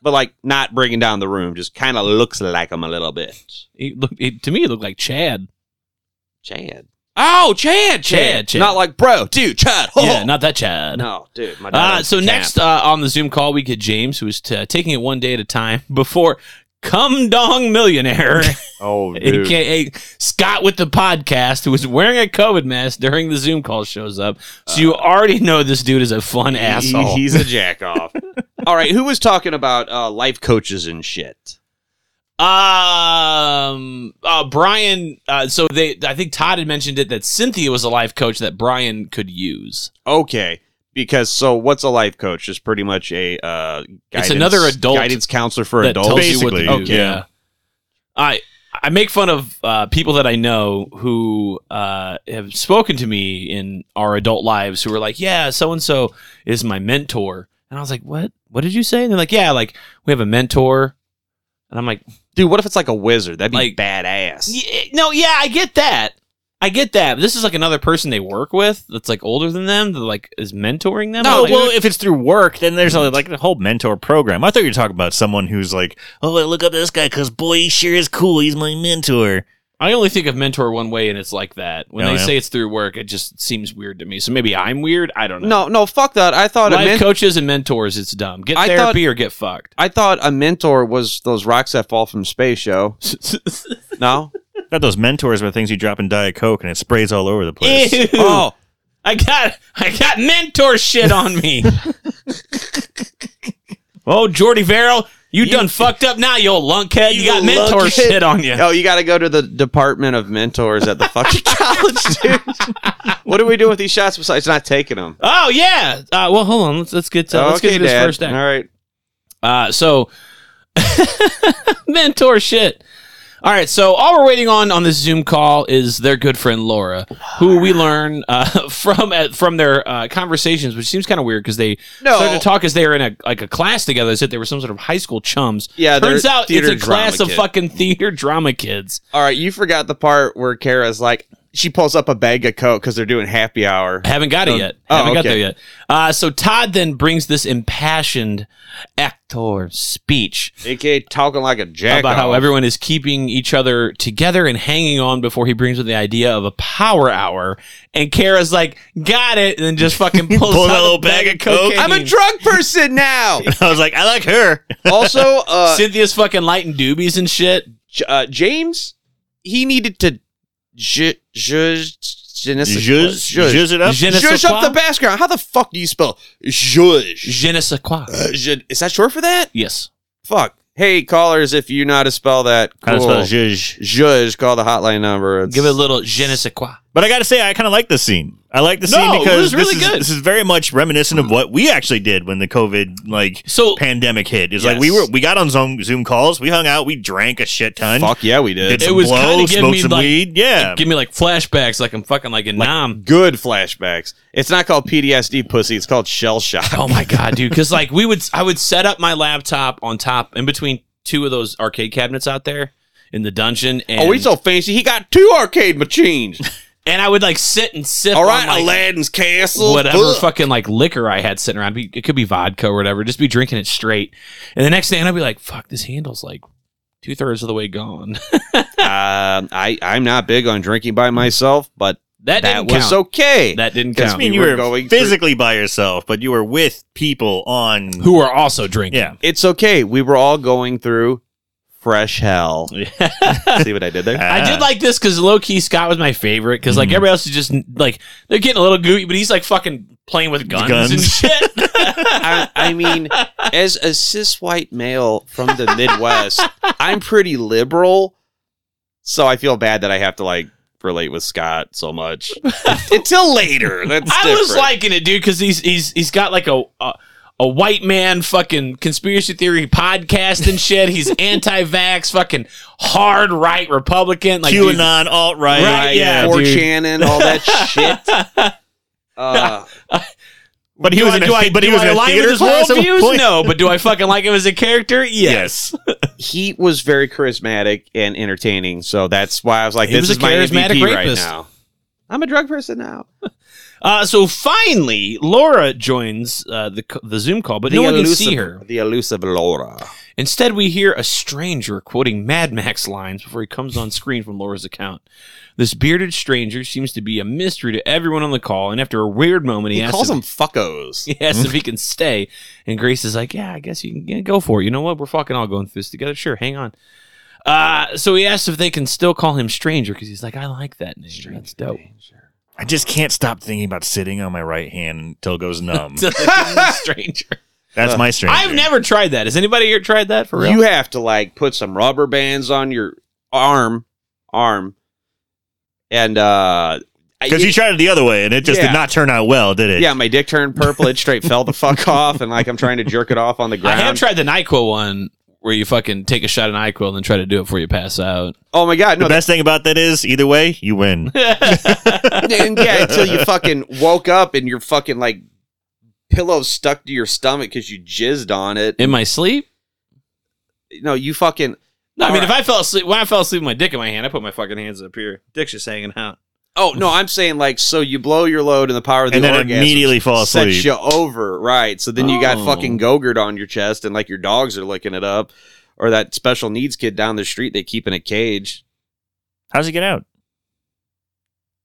but like not bringing down the room. Just kind of looks like him a little bit. He looked, he, to me, he looked like Chad. Chad. Oh, Chad, Chad, Chad, Chad. Not like bro, dude, Chad. Oh. Yeah, not that Chad. no, dude, my dad Uh, owns so a camp. next uh, on the Zoom call, we get James, who is t- taking it one day at a time before Come Dong Millionaire, oh, aka Scott with the podcast, who was wearing a COVID mask during the Zoom call, shows up. So you already know this dude is a fun asshole. Uh. He- he's a jack off. All right, who was talking about uh, life coaches and shit? Um, uh, Brian. Uh, so they, I think Todd had mentioned it that Cynthia was a life coach that Brian could use. Okay, because so what's a life coach? Is pretty much a uh, guidance, another adult guidance counselor for that adults. tells you what to Basically, do. Yeah. I, I make fun of uh, people that I know who uh, have spoken to me in our adult lives who were like, "Yeah, so and so is my mentor," and I was like, "What? What did you say?" And they're like, "Yeah, like we have a mentor," and I'm like, Dude, what if it's like a wizard? That'd be Like- badass. "Y- "No, yeah, I get that." I get that. But this is like another person they work with that's like older than them that like is mentoring them. No, I'm like, well, if it's through work, then there's a, like a whole mentor program. I thought you were talking about someone who's like, oh, I look up to this guy because boy, he sure is cool. He's my mentor. I only think of mentor one way, and it's like that. When Oh, they yeah. say it's through work, it just seems weird to me. So maybe I'm weird. I don't know. No, no, fuck that. I thought a Life mentor. coaches and mentors, it's dumb. Get I therapy or get fucked. I thought a mentor was those rocks that fall from space show. No? Not those mentors were things you drop in Diet Coke and it sprays all over the place. Ew. Oh, I got I got mentor shit on me. oh, Jordy Verrill, you, done fucked up now, you old lunkhead. You, got mentor lunkhead. shit on you. oh, you got to go to the Department of Mentors at the fucking college, dude. what do we do with these shots besides not taking them? Oh yeah. Uh, well, hold on. Let's let's get to, let's get to this Dad. first act. All right. Uh, so mentor shit. All right, so all we're waiting on on this Zoom call is their good friend Laura, who we learn uh, from uh, from their uh, conversations, which seems kind of weird because they No. started to talk as they were in a like a class together. As if they were some sort of high school chums. Yeah, they're turns out it's theater a class drama of kid. fucking theater drama kids. All right. You forgot the part where Kara's like, she pulls up a bag of Coke because they're doing happy hour. Haven't got it Um, yet. oh, Haven't got okay. there yet. Uh, so Todd then brings this impassioned actor speech AKA talking like a jack. about how everyone is keeping each other together and hanging on before he brings up the idea of a power hour. And Kara's like, "Got it," and then just fucking pulls Pulls out out a a little bag bag of of Coke. cocaine. I'm a drug person now. I was like, I like her. also, uh, Cynthia's fucking lighting doobies and shit. J- uh, James, he needed to ju- ju- genesis- Zhuzh, zhuzh- zhuzh it up. Je ne sais zhuzh up the quoi. background. How the fuck do you spell zhuzh? Je ne sais quoi. Uh, zhuzh- Is that short for that? Yes. Fuck. Hey, callers, if you know how to spell that, How to cool. spell zhuzh. Zhuzh, call the hotline number. It's- Give it a little je ne sais quoi. But I got to say, I kind of like the scene. I like the No, scene it was because really this, is, good. this is very much reminiscent of what we actually did when the COVID like So pandemic hit. It's Yes. like we were we got on Zoom Zoom calls, we hung out, we drank a shit ton. Fuck yeah, we did. Did It some was blow, kinda giving smoked me, some like- weed. Yeah. give me like flashbacks, like I'm fucking like a nom. Good flashbacks. It's not called PTSD pussy. It's called shell shock. Oh my god, dude! Because like we would, I would set up my laptop on top in between two of those arcade cabinets out there in the dungeon. And Oh, he's so fancy. He got two arcade machines. and I would like sit and sip. All right, on, like, Aladdin's castle. Oh whatever Ugh. fucking like liquor I had sitting around. Be- It could be vodka or whatever. Just be drinking it straight. And the next day, and I'd be like, "Fuck, this handle's like two thirds of the way gone." Um, I I'm not big on drinking by myself, but That, that didn't was count. okay. that didn't That's I count. me. mean, we you were were going through- physically by yourself, but you were with people on. Who are also drinking? yeah. it's okay. We were all going through fresh hell. See what I did there? I uh, did like this because low key Scott was my favorite because Mm. like Mhm. everybody else is just like they're getting a little gooey, but he's like fucking playing with guns, Guns. and shit. I, I mean, as a cis white male from the Midwest, I'm pretty liberal, so I feel bad that I have to like relate with Scott so much until later. That's I was different. liking it, dude, because he's he's he's got like a. a a white man fucking conspiracy theory podcast and shit. He's anti-vax, fucking hard right Republican. Like dude, QAnon, alt right. Right, yeah, Or dude. Shannon, all that shit. Uh, But he do was I, in a, do I, but he do was I in a align theater with his class at one worldviews? point. No, but do I fucking like him as a character? Yes. he was very charismatic and entertaining, so that's why I was like, He "This was a is my charismatic MVP right rapist. now." I'm a drug person now. Uh, so finally, Laura joins uh, the c- the Zoom call, but no one can see her. The elusive Laura. Instead, we hear a stranger quoting Mad Max lines before he comes on screen from Laura's account. This bearded stranger seems to be a mystery to everyone on the call, and after a weird moment, he, He asks calls if- them fuckos. He asks if he can stay, and Grace is like, "Yeah, I guess you can yeah, go for it. You know what? We're fucking all going through this together. Sure, hang on." Uh, so he asks if they can still call him Stranger because he's like, "I like that name. That's dope." I just can't stop thinking about sitting on my right hand until it goes numb. So they call him stranger. That's my stranger. I've never tried that. Has anybody here tried that for real? You have to like put some rubber bands on your arm, arm, and uh, I- because you tried it the other way and it just Yeah. did not turn out well, did it? yeah, my dick turned purple. It straight fell the fuck off, and like I'm trying to jerk it off on the I ground. have tried the Nyquil one where you fucking take a shot of NyQuil and then try to do it before you pass out. Oh my god, no, the best thing about that is, either way, you win. and yeah, until you fucking woke up and your fucking like pillow stuck to your stomach because you jizzed on it. In my sleep? No, you fucking No, I All mean right. if I fell asleep when I fell asleep with my dick in my hand, I put my fucking hands up here. Dick's just hanging out. Oh no, I'm saying like so you blow your load and the power of the And then orgasm immediately fall sets asleep. you over, right? So then you got Oh. fucking gogurt on your chest and like your dogs are licking it up, or that special needs kid down the street they keep in a cage. How's he get out?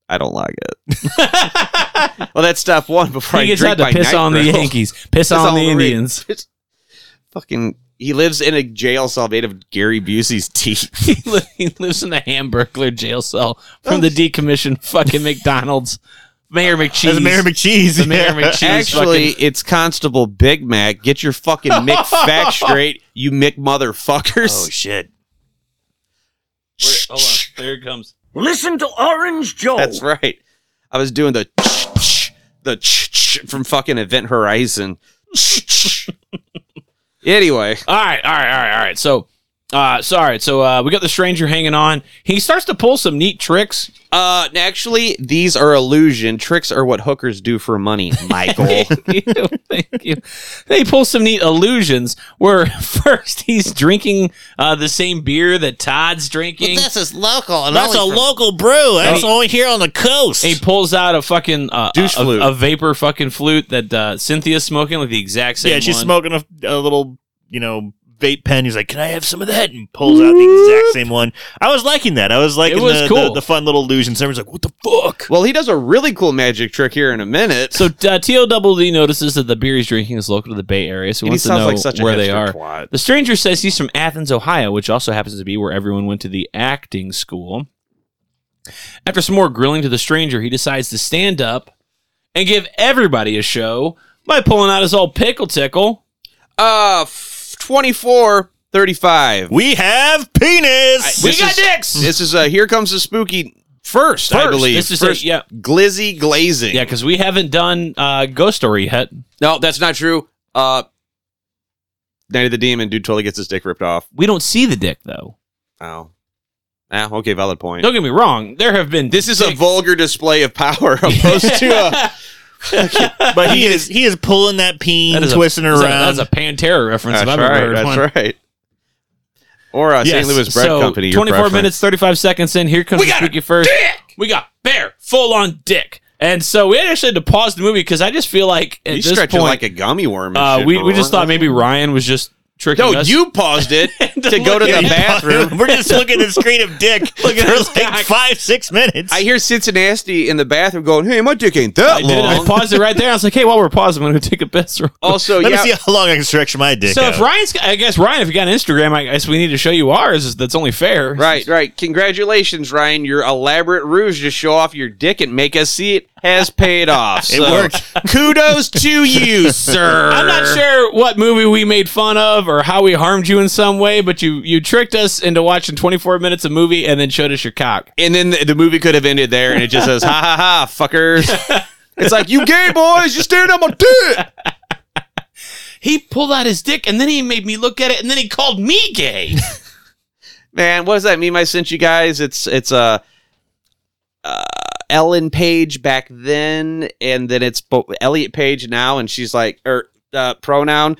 I don't like it. Well, that's step one before he I gets drink out to my piss night on the grill. Yankees, piss, Piss on, on the the Ravens. Indians. Fucking, he lives in a jail cell made of Gary Busey's teeth. he, li- he lives in a hamburglar jail cell from the decommissioned fucking McDonald's. Mayor McCheese. That's Mayor McCheese. The Mayor McCheese. Actually, it's Constable Big Mac. Get your fucking Mick fact straight, you Mick motherfuckers. Oh shit. Hold on. There it comes. Listen to Orange Oh. Joe. That's right. I was doing the the from fucking Event Horizon. anyway, All right, all right, all right, all right. So, uh, so all right, so uh, we got the stranger hanging on. He starts to pull some neat tricks. uh, actually, these are illusion tricks are what hookers do for money, Michael. Thank you, thank you. They pull some neat illusions. Where first he's drinking uh, the same beer that Todd's drinking. is local. and That's a only from- local brew. That's Hey. only here on the coast. He pulls out a fucking uh, Douche a, a- flute. a vapor fucking flute that uh, Cynthia's smoking, like the exact same. yeah, she's one. smoking a, a little, you know, vape pen. He's like, "Can I have some of that?" And pulls out the exact same one. I was liking that. I was liking It was the, cool. the, the fun little illusion. Someone's like, "What the fuck?" well, he does a really cool magic trick here in a minute. So uh, Teal Double D notices that the beer he's drinking is local to the Bay Area, so he And he wants to sounds know like such a where they hipster are. twat. The stranger says he's from Athens, Ohio, which also happens to be where everyone went to the acting school. After some more grilling to the stranger, he decides to stand up and give everybody a show by pulling out his old pickle tickle. Uh, f- 24, 35. We have penis. This is- This is uh, here comes the spooky first, I First. believe. This is first, a- yeah. glizzy glazing. Yeah, because we haven't done uh, Ghost Story yet. No, that's not true. Uh, Night of the Demon, dude totally gets his dick ripped off. We don't see the dick though. Oh. Ah, okay, valid point. Don't get me wrong. There have been This is a dick- vulgar display of power opposed to a but he is he is pulling that peen, That is a- twisting it that's a- around. That's a Pantera reference. if That's I've ever right, heard that's one. right. Or uh, Yes, St. Louis Bread so Company. your 24 preference. minutes, 35 seconds in. Here comes we the spooky first. We got bear, full on dick. And so we actually had to pause the movie because I just feel like at He's this point, stretching like a gummy worm. and uh, shit, we, we Roar. just thought maybe Ryan was just tricking No, us. you paused it to go to look the at you. bathroom. We're just looking at the screen of dick Look at for this like cock. five six minutes. I hear Cincinnati in the bathroom going, "Hey, my dick ain't that I did. I long." paused it right there. I was like, hey, while we're pausing, I'm going to take a piss. real quick. Also, Let yeah, me see how long I can stretch my dick. so out. if Ryan's, got- I guess Ryan, if you got an Instagram, I guess we need to show you ours. That's only fair. Right, right. Congratulations, Ryan. Your elaborate ruse to show off your dick and make us see it has paid off. It So, worked. Kudos to you, sir. I'm not sure what movie we made fun of or how we harmed you in some way, but you you tricked us into watching 24 minutes of movie and then showed us your cock. And then the, the movie could have ended there, and it just says, "Ha ha ha, fuckers." it's like you gay boys, you staring at my dick. He pulled out his dick and then he made me look at it and then he called me gay. Man, what does that mean? I sent you guys. It's it's a. Uh, Ellen Page back then, and then it's bo- Elliot Page now, and she's like, or uh, pronoun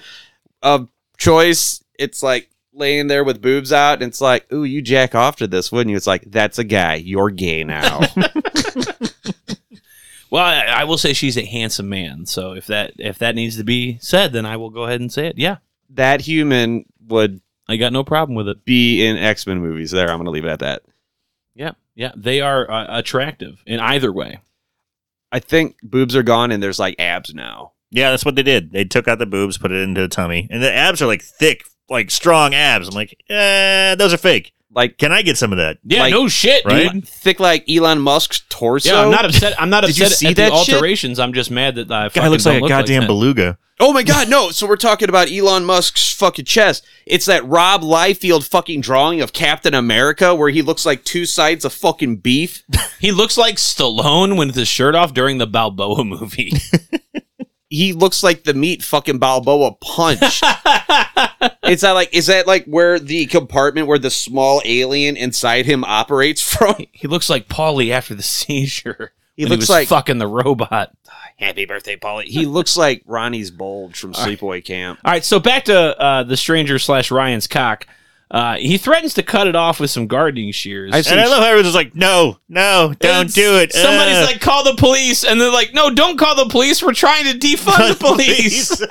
of choice. It's like laying there with boobs out, and it's like, ooh, you jack off to this, wouldn't you? It's like, that's a guy. You're gay now. well, I, I will say she's a handsome man, so if that if that needs to be said, then I will go ahead and say it. Yeah, that human would I got no problem with it. be in X Men movies. There, I'm going to leave it at that. Yeah, yeah, they are uh, attractive in either way. I think boobs are gone, and there's like abs now. Yeah, that's what they did. They took out the boobs, put it into the tummy, and the abs are like thick, like strong abs. I'm like, eh, those are fake. Like, Can I get some of that? Yeah, Like- no shit, Right? dude. thick like Elon Musk's torso. Yeah, I'm not upset. I'm not Did you upset see at the that shit? alterations. I'm just mad that I Guy fucking looks don't like a look goddamn that. beluga. Oh my God, no. So we're talking about Elon Musk's fucking chest. It's that Rob Liefeld fucking drawing of Captain America where he looks like two sides of fucking beef. He looks like Stallone with his shirt off during the Balboa movie. he looks like the meat fucking Balboa punch. it's not like is that like where the compartment where the small alien inside him operates from? He looks like Paulie after the seizure. He when looks was like fucking the robot. Happy birthday, Polly. He looks like Ronnie's bulge from Sleepaway Camp. All right, so back to uh, the stranger slash Ryan's cock. Uh, he threatens to cut it off with some gardening shears. I've seen And I love how everyone's just like, no, no, don't It's- do it. Somebody's uh, like, call the police, and they're like, no, don't call the police. We're trying to defund the police. That's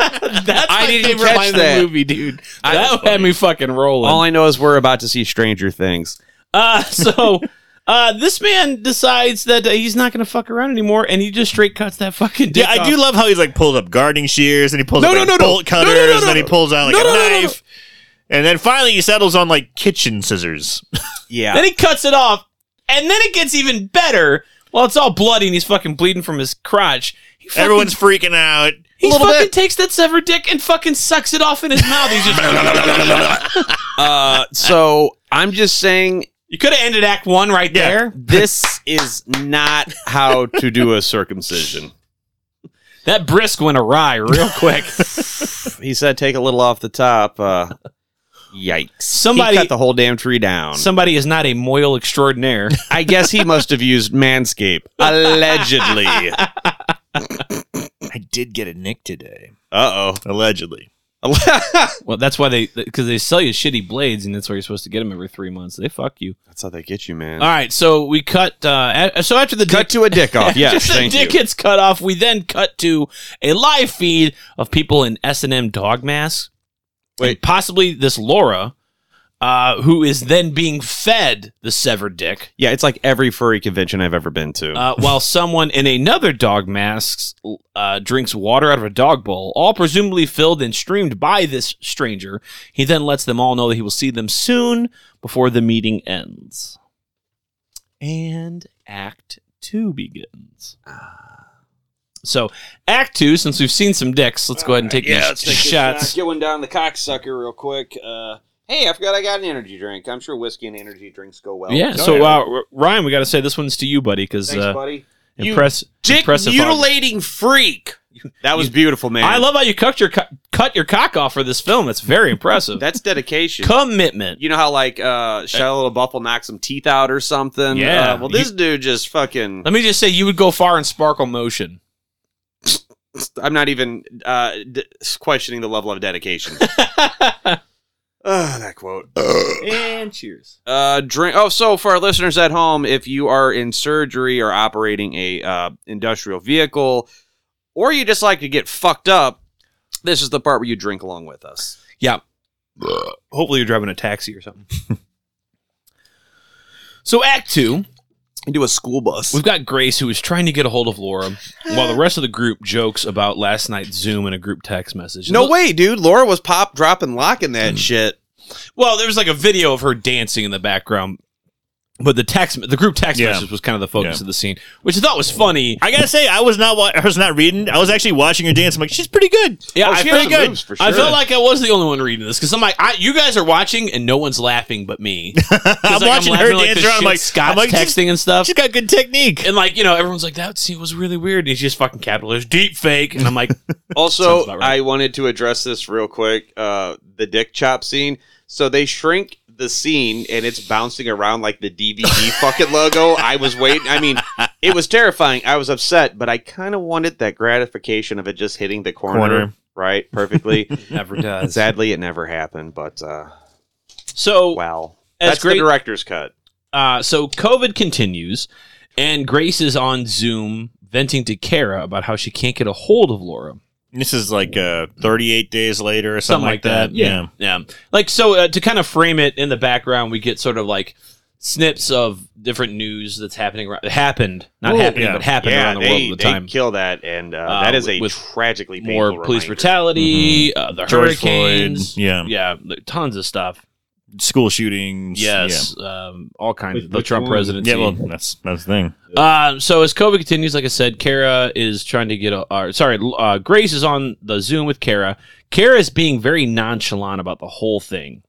I my didn't favorite catch line that. of the movie, dude. I- that had me fucking rolling. All I know is we're about to see Stranger Things. Uh, so uh, this man decides that uh, he's not going to fuck around anymore, and he just straight cuts that fucking dick yeah, I do off. love how he's like pulls up gardening shears and he pulls No, up no, like, no, no. bolt No, no, cutters no, and then no. he pulls out like No, a no, no, knife. no, no. And then finally he settles on like kitchen scissors. Yeah. Then he cuts it off, and then it gets even better. Well, it's all bloody, and he's fucking bleeding from his crotch. He fucking- Everyone's freaking out. he little fucking bit. takes that severed dick and fucking sucks it off in his mouth. He's just Uh, so I'm just saying you could have ended Act One right Yeah. there. this is not how to do a circumcision. That brisk went awry real quick. He said take a little off the top. Uh, yikes. Somebody- he cut the whole damn tree down. Somebody is not a moil extraordinaire. I guess he must have used Manscaped. Allegedly. Uh I did get a nick today, oh. allegedly. That's Well, that's why they because they sell you shitty blades, and that's where you're supposed to get them every three months. They fuck you. how they get you, man. All right, so we cut. Uh, a- so after the Cut dick, to a dick off. Yes, after the thank dick you. gets cut off, we then cut to a live feed of people in S and M dog masks. Wait. and possibly this Laura, uh, who is then being fed the severed dick, Yeah, it's like every furry convention I've ever been to. uh, while someone in another dog mask uh, drinks water out of a dog bowl, all presumably filled and streamed by this stranger. He then lets them all know that he will see them soon before the meeting ends. And Act Two begins. So, Act Two, since we've seen some dicks, let's go ahead and take yeah, these let's take shots. Get one down the cocksucker real quick. Uh, hey, I forgot I got an energy drink. I'm sure whiskey and energy drinks go well. Yeah, so uh, R- Ryan, we got to say this one's to you, buddy, because Thanks, uh, buddy. You impress, impressive. freak. That was beautiful, man. I love how you cut your co- cut your cock off for this film. That's very impressive. that's dedication. Commitment. You know how like uh, Shia LaBeouf will knock some teeth out or something. Yeah. Uh, well, this dude just fucking. Let me just say, you would go far in sparkle motion. I'm not even uh, d- questioning the level of dedication. Ah, that quote. And cheers. Uh, drink. Oh, so for our listeners at home, if you are in surgery or operating a uh, industrial vehicle, or you just like to get fucked up, this is the part where you drink along with us. Hopefully, you're driving a taxi or something. so, Act Two, do a school bus. we've got Grace who is trying to get a hold of Laura, while the rest of the group jokes about last night's Zoom in a group text message. No Look- way, dude. Laura was pop dropping, locking that shit. Well, there was like a video of her dancing in the background, but the text, the group text Yeah. message was kind of the focus Yeah. of the scene, which I thought was funny. I gotta say, I was not. Wa- I was not reading. I was actually watching her dance. I'm like, she's pretty good. Yeah, Oh, I she felt has good. moves for I sure. felt like I was the only one reading this because I'm like, I, you guys are watching and no one's laughing but me. 'Cause, like, I'm watching her laughing, dance the around. I'm shit like, Scott's I'm like, she's- texting and stuff. She's got good technique. And like, you know, everyone's like, that scene was really weird. And he's just fucking capitalized, deep fake. And I'm like, Sounds Also, about right. I wanted to address this real quick. Uh, the dick chop scene. So they shrink the scene, and it's bouncing around like the DVD fucking logo. I was waiting. I mean, it was terrifying. I was upset, but I kind of wanted that gratification of it just hitting the corner, Corner. right perfectly. never does. Sadly, it never happened. But uh, So, wow, As that's great- the director's cut. uh, so COVID continues, and Grace is on Zoom venting to Kara about how she can't get a hold of Laura. This is like uh, 38 days later or something, like that. Yeah. yeah, Like so, uh, to kind of frame it in the background, we get sort of like snips of different news that's happening. ar- Happened, not Ooh, happening, yeah. but happened yeah, around the they, world at the they time. kill that, and uh, Uh, that is a with tragically More painful police reminder. brutality, uh, the Mm-hmm. George hurricanes, Floyd, yeah. yeah, like, tons of stuff. School shootings. Yes, um, all kinds. Which- of the which Trump one? presidency. Yeah. yeah well, that's that's the thing. Um, so as COVID continues, like I said, Kara is trying to get a. Uh, sorry, uh, Grace is on the Zoom with Kara. Kara is being very nonchalant about the whole thing.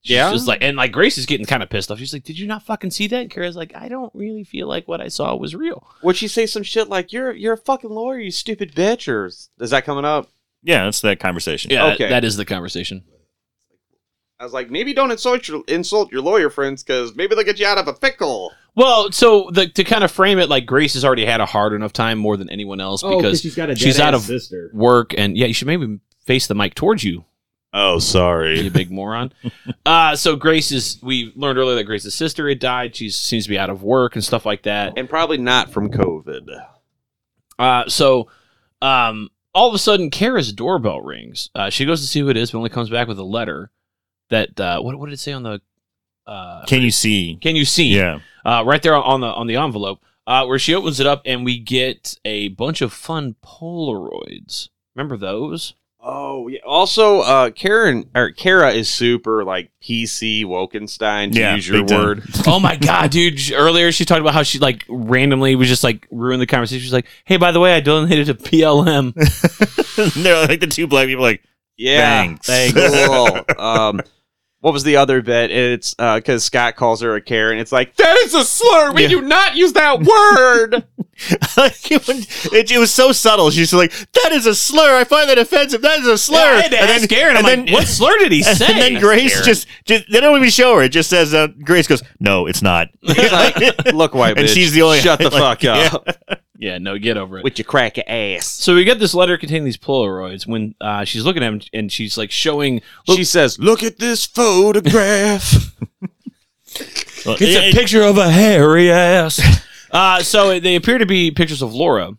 She's Yeah? just like, and like Grace is getting kind of pissed off. She's like, "Did you not fucking see that?" And Kara's like, "I don't really feel like what I saw was real." Would she say some shit like "You're you're a fucking lawyer, you stupid bitch"? Or is is that coming up? Yeah, that's that conversation. Yeah, Okay. that is the conversation. I was like, maybe don't insult your insult your lawyer friends because maybe they'll get you out of a pickle. Well, so the, to kind of frame it, like Grace has already had a hard enough time more than anyone else because Oh, she's got a she's dead-ass out of- sister. work and yeah, you should maybe face the mic towards you, Oh, you sorry. big moron. Uh, so Grace is we learned earlier that Grace's sister had died. She seems to be out of work and stuff like that. and probably not from COVID. Uh, so um, all of a sudden, Kara's doorbell rings. Uh, she goes to see who it is, but only comes back with a letter that uh, what what did it say on the uh, Can you see? can you see? Yeah. uh, right there on the on the envelope, uh, where she opens it up and we get a bunch of fun Polaroids. Remember those? Oh yeah. Also, uh, Karen or Kara is super like PC Wokenstein to Yeah, use your big time. word. oh my god, dude! She- Earlier she talked about how she like randomly was just like ruined the conversation. She's like, "Hey, by the way, I donated to PLM." They're like the two black people, like, Yeah. Thanks. Cool. um, what was the other bit? It's because Scott calls her a Karen. It's like that is a slur. We Yeah. do not use that word. it, was- it, it was so subtle. She's like, that is a slur. I find that offensive. That is a slur. Yeah, I had to and ask Karen, I'm and like, "What slur did he and say?" then Grace just, just, they don't even show her. It just says, uh, Grace goes, no, it's not. It's like, look, white bitch. And she's the only- Shut the like, fuck up yeah, no, get over it. with your crack ass. so we get this letter containing these Polaroids. When uh, she's looking at him and she's like showing, look, She says, "Look at this photograph." Well, it's a it- picture of a hairy ass. uh, so they appear to be pictures of Uh, Laura.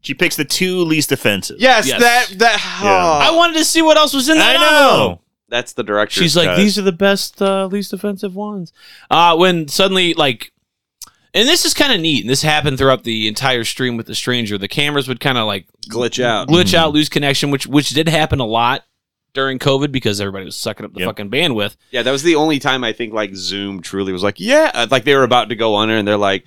she picks the two least offensive. yes, Yes. that that. Yeah. oh. I wanted to see what else was in that. I envelope. know. That's the director. She's like, these are the best, uh, least offensive ones. Uh, when suddenly, like, and this is kind of neat. And this happened throughout the entire stream with the stranger. The cameras would kind of like glitch out. glitch out, lose connection, which which did happen a lot during COVID because everybody was sucking up the Yep. fucking bandwidth. Yeah, that was the only time I think like Zoom truly was like, yeah, uh, like they were about to go under and they're like,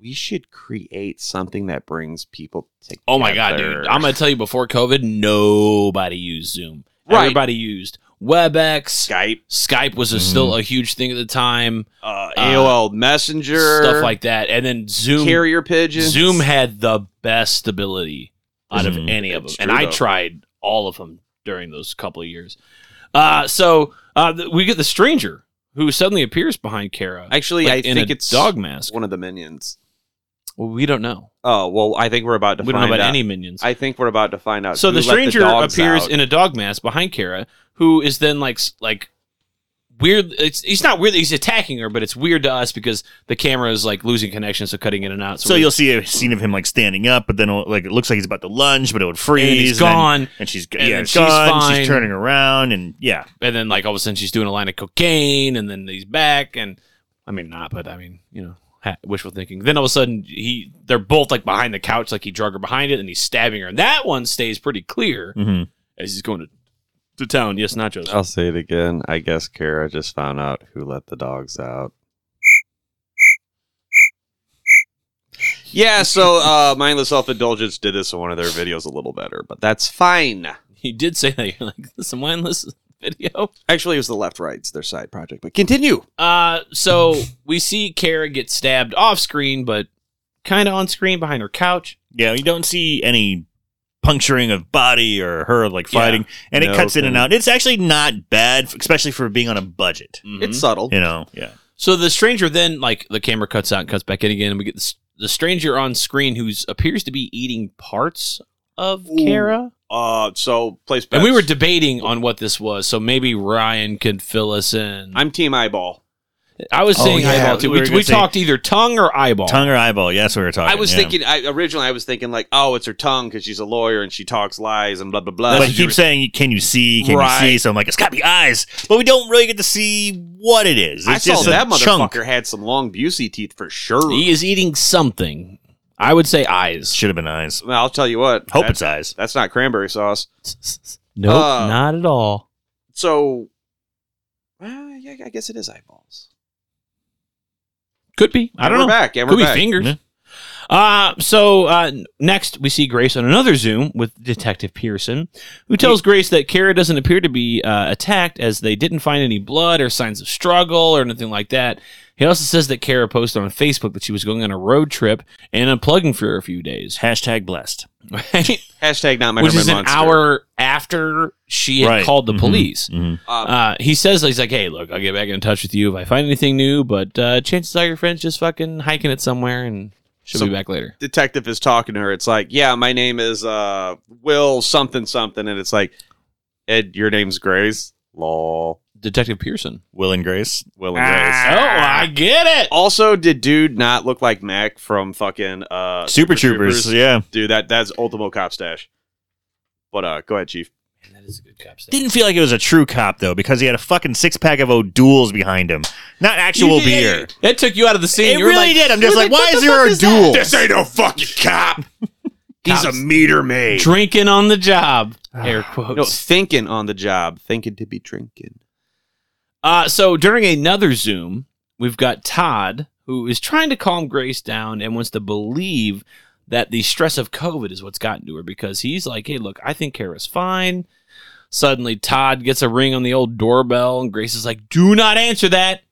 we should create something that brings people together. Oh my god, dude! I'm gonna tell you, before COVID, nobody used Zoom. Right. Everybody used WebEx. Skype, Skype was Mm-hmm. a, still a huge thing at the time. uh, AOL Messenger, Stuff like that, and then Zoom carrier pigeons. Zoom had the best ability out of Mhm. any of them, It's and true, I though. tried all of them during those couple of years. Uh, so uh, th- we get the stranger who suddenly appears behind Kara. Actually, like, I in think a it's dog mask. one of the minions. Well, we don't know. Oh well, I think we're about to. we don't know find about out. any minions. I think we're about to find out. so who the let stranger dogs appears out. in a dog mask behind Kara, who is then like s- like weird. It's he's not weird. He's attacking her, but it's weird to us because the camera is like losing connection, so cutting in and out. So we- you'll see a scene of him like standing up, but then like it looks like he's about to lunge, but it would and freeze. then he's and then- gone. and she's And yeah, then she's she's gone. fine. She's turning around, and yeah, and then like all of a sudden she's doing a line of cocaine and then he's back and i mean not but i mean you know ha- wishful thinking then all of a sudden he they're both like behind the couch like he drug her behind it and he's stabbing her and that one stays pretty clear Mhm. as he's going to, to town yes nachos I'll say it again. I guess Kara just found out who let the dogs out. Yeah, so uh, mindless self indulgence did this in one of their videos a little better, but that's fine. he did say that you're like this is a mindless video Actually, it was the left rights their side project, but continue. uh so we see kara get stabbed off screen but kind of on screen behind her couch yeah. You don't see any puncturing of body or her like Yeah. fighting, and No it cuts in and thing. out. It's actually not bad, especially for being on a budget. Mm-hmm. It's subtle. You know, Mm-hmm. yeah. So the stranger then, like, the camera cuts out and cuts back in again, and we get this, the stranger on screen who's appears to be eating parts of Ooh. Kara. Uh, so place bets. And we were debating on what this was, so maybe Ryan could fill us in. I'm team eyeball. I was Oh, saying yeah, eyeball too. we were We, we, gonna say- talked either tongue or eyeball. Tongue or eyeball? Yeah, that's what we were talking. I was yeah. thinking I, originally. I was thinking like, oh, it's her tongue because she's a lawyer and she talks lies and blah blah blah. But you keep saying, "Can you see? Can Right. you see?" So I'm like, "It's got to be eyes," but we don't really get to see what it is. It's I saw just a that motherfucker chunk. had some long Busey teeth for sure. He is eating something. I would say eyes. Should have been eyes. Well, I'll tell you what. Hope that- it's eyes. that's not cranberry sauce. Nope, Uh, not at all. So, uh, yeah, I guess it is eyeballs. Could be. I And don't we're know. Back and Could we're be back. fingers. Yeah. Uh, so uh, next, we see Grace on another Zoom with Detective Pearson, who tells Grace that Kara doesn't appear to be uh, attacked as they didn't find any blood or signs of struggle or anything like that. He also says that Kara posted on Facebook that she was going on a road trip and unplugging for a few days. Hashtag blessed. Right? Hashtag not my Which Herman is an Munster. hour after she had Right. called the Mhm. police. Mhm. Um, Uh, he says he's like, hey, look, I'll get back in touch with you if I find anything new, but uh, chances are your friend's just fucking hiking it somewhere and she'll So- be back later. detective is talking to her. It's like, yeah, my name is uh Will something something, and it's like, Ed, your name's Grace. Lol. Detective Pearson. Will and Grace. Will and Grace. Oh, I get it. Also, did dude not look like Mac from fucking uh Super Troopers. Yeah. Dude, that that's Ultimo Cop Stash. But uh go ahead, Chief. That is a good cop statement. Didn't feel like it was a true cop though, because he had a fucking six pack of O'Douls behind him, not actual beer. It took you out of the scene. It You were really like, did. I'm just "Who like, the- why what is the there fuck a that?" duel? ain't no fucking cop. He's a meter maid. Drinking on the job. Air quotes. No, thinking on the job, thinking to be drinking. Uh, so during another Zoom, we've got Todd who is trying to calm Grace down and wants to believe that the stress of COVID is what's gotten to her because he's like, hey, look, I think Kara's fine. Suddenly, Todd gets a ring on the old doorbell, and Grace is like, do not answer that.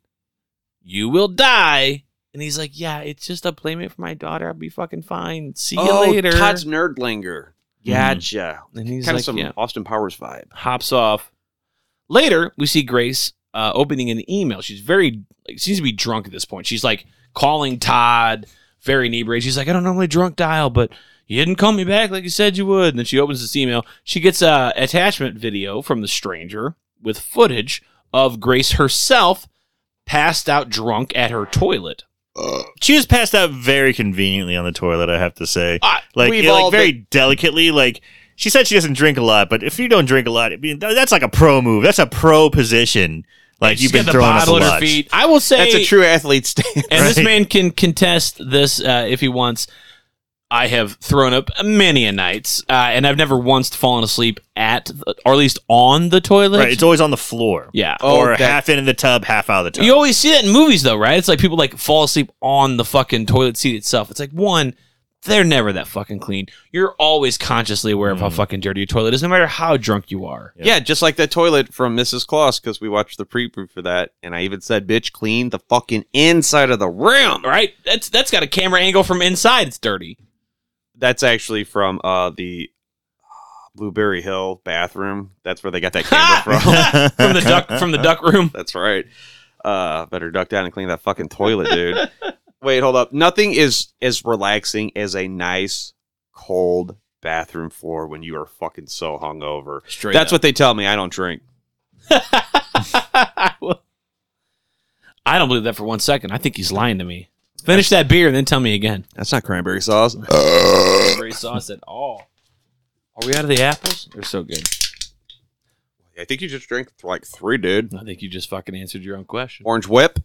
You will die. And he's like, yeah, it's just a playmate for my daughter. I'll be fucking fine. See you later. Oh, Todd's nerdlinger. Gotcha. and he's Kind like, of some yeah. Austin Powers vibe. hops off. Later, we see Grace uh, opening an email. She's very like, seems to be drunk at this point. She's like calling Todd, very inebriated. She's like, I don't normally drunk dial, but you didn't call me back like you said you would. And then she opens this email. She gets a attachment video from the stranger with footage of Grace herself passed out drunk at her toilet. She was passed out very conveniently on the toilet. I have to say, Ah, like, we've it- like all very delicately. Like she said, she doesn't drink a lot, but if you don't drink a lot, I mean, th- that's like a pro move. That's a pro position. Like She's you've been got the throwing up a bottle at her lot. feet. I will say That's a true athlete stance. And this Right. man can contest this uh, if he wants. I have thrown up many a nights, uh, and I've never once fallen asleep at, the, or at least on the toilet. Right, it's always on the floor. yeah. Oh, or that- half in the tub, half out of the tub. You always see that in movies, though, right? It's like people like fall asleep on the fucking toilet seat itself. It's like one, they're never that fucking clean. You're always consciously aware Mm. of how fucking dirty your toilet is, no matter how drunk you are. Yeah, just like that toilet from Mrs. Claus, because we watched the preview for that, and I even said, "Bitch, clean the fucking inside of the rim." Right? That's that's got a camera angle from inside. It's dirty. That's actually from uh the uh, Blueberry Hill bathroom. That's where they got that camera from. from the duck from the duck room. That's right. Uh, better duck down and clean that fucking toilet, dude. Wait, hold up. Nothing is as relaxing as a nice cold bathroom floor when you are fucking so hungover. Straight That's what they tell me. I don't drink. I don't believe that for one second. I think he's lying to me. Finish that beer and then tell me again. That's not cranberry sauce. Cranberry sauce at all. Are we out of the apples? They're so good. I think you just drank like three, dude. I think you just fucking answered your own question. Orange whip.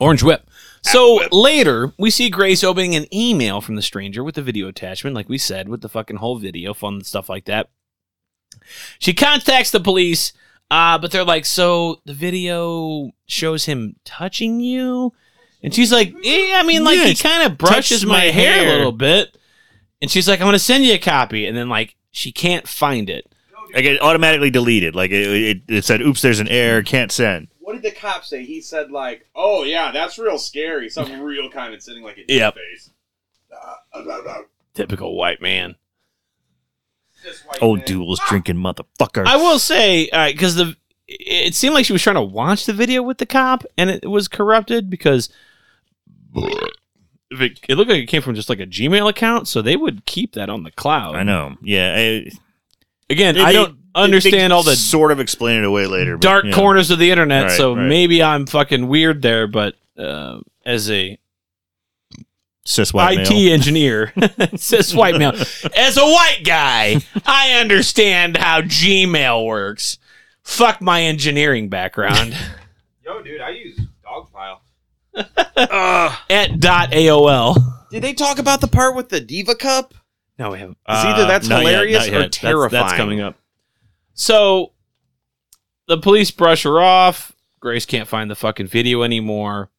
Orange whip. So later, we see Grace opening an email from the stranger with the video attachment, like we said, with the fucking whole video, fun stuff like that. She contacts the police, uh, but they're like, so the video shows him touching you? And she's like, yeah, I mean, like, Yeah, he it's kind of brushes touched my, my hair, a hair. little bit. And she's like, I'm going to send you a copy. And then, like, she can't find it. like it automatically deleted. Like it, it, it said, "Oops, there's an error. Can't send." What did the cop say? He said like, "Oh yeah, that's real scary. Something real kind of sitting like a Yep. face." Typical white man. Old duels Oh, drinking motherfucker. I will say because the it seemed like she was trying to watch the video with the cop, and it was corrupted because if it, it looked like it came from just like a Gmail account, so they would keep that on the cloud. I know. Yeah, I, Again, They- I don't they- understand they all the sort of explain it away later. but, dark yeah. corners of the internet, Right, so right. maybe I'm fucking weird there. But uh, as a cis white IT male. engineer. Says white male. As a white guy, I understand how Gmail works. Fuck my engineering background. Yo, dude, I use dogpile. At dot AOL. Did they talk about the part with the diva cup? No, we haven't. Uh, It's either that's not yet, hilarious not or yet. That's- terrifying. That's coming up. So the police brush her off. Grace can't find the fucking video anymore.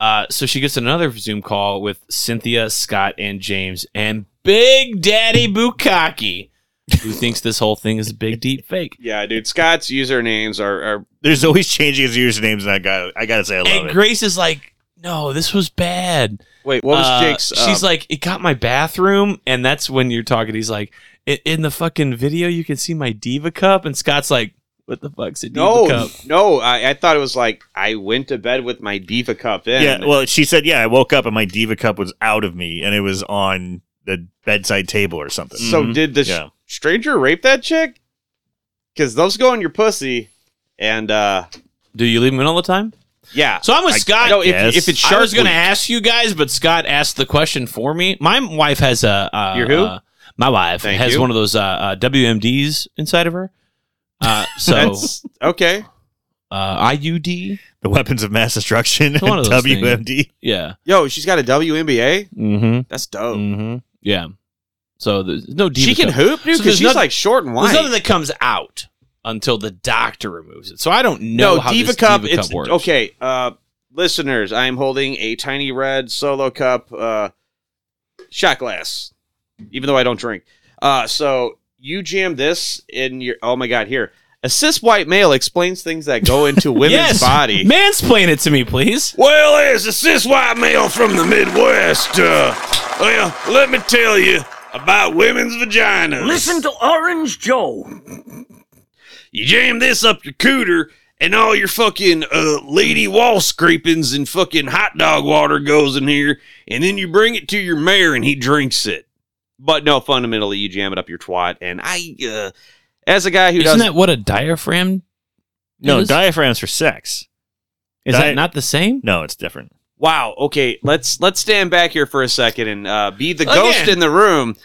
Uh, so she gets another Zoom call with Cynthia, Scott, and James, and Big Daddy Bukaki, who thinks this whole thing is a big deep fake. Yeah, dude. Scott's usernames are, are There's always changing his usernames, and I got I gotta say I love And it. Grace is like, "No, this was bad." wait. What was Uh, Jake's? um, she's like, it got my bathroom, and that's when you're talking. He's like, "I- in the fucking video, you can see my diva cup, and Scott's like, what the fuck's a diva no, cup? no. I, I thought it was like I went to bed with my diva cup in. Yeah, well, she said, yeah, I woke up and my diva cup was out of me, and it was on the bedside table or something. so mm-hmm, did the sh- Yeah. stranger rape that chick? Because those go in your pussy, and uh, Do you leave him in all the time? yeah. So I'm with I- Scott. no, if, guess. if it's I shark, was going to week- ask you guys, but Scott asked the question for me. My wife has a. Uh, Your who? uh, my wife Thank has you. one of those uh, uh, WMDs inside of her. Uh, so That's okay. uh, IUD. the weapons of mass destruction, One of those things. WMD. Yeah. Yo, she's got a WNBA. Mm-hmm. That's dope. Mm-hmm. Yeah. So there's no diva She can cup. hoop, dude. So Because there's she's nothing- like short and wide. There's nothing that comes out until the doctor removes it. So I don't know no, how diva this cup. diva it's cup works. okay. Uh, listeners, I am holding a tiny red solo cup uh, shot glass, even though I don't drink. Uh, so you jam this in your. Oh my god, here. A cis white male explains things that go into women's Yes. body. Mansplain it to me, please. Well, as a cis white male from the Midwest, uh, well, let me tell you about women's vaginas. Listen to Orange Joe. You jam this up your cooter, and all your fucking uh, lady wall scrapings and fucking hot dog water goes in here, and then you bring it to your mayor, and he drinks it. But no, fundamentally, you jam it up your twat. And I, uh, as a guy who Isn't doesn't, that what a diaphragm? No, is? diaphragms for sex. Is di- that not the same? No, it's different. wow. Okay, let's let's stand back here for a second and uh, be the Again. ghost in the room.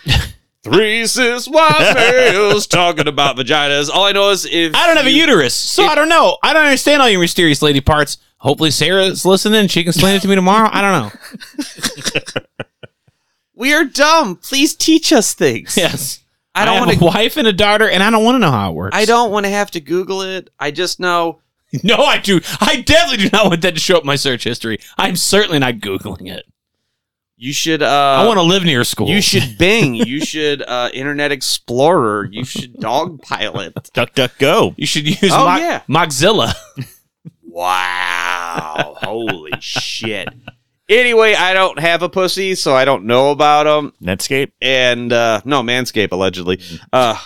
Three cis white males talking about vaginas. All I know is if I don't have a uterus, so I don't know. I don't understand all your mysterious lady parts. Hopefully Sarah's listening. She can explain it to me tomorrow. I don't know. We are dumb. Please teach us things. Yes. I don't want have to. a wife and a daughter, and I don't want to know how it works. I don't want to have to Google it. I just know. No, I do. I definitely do not want that to show up in my search history. I'm certainly not googling it. You should. Uh, I want to live near school. You should Bing. you should uh, Internet Explorer. You should Dogpilot. Duck, duck, go. You should use Oh, oh, yeah. Moxilla. wow! Holy shit! Anyway, I don't have a pussy, so I don't know about them. Netscape. And uh, no, Manscape allegedly. Uh,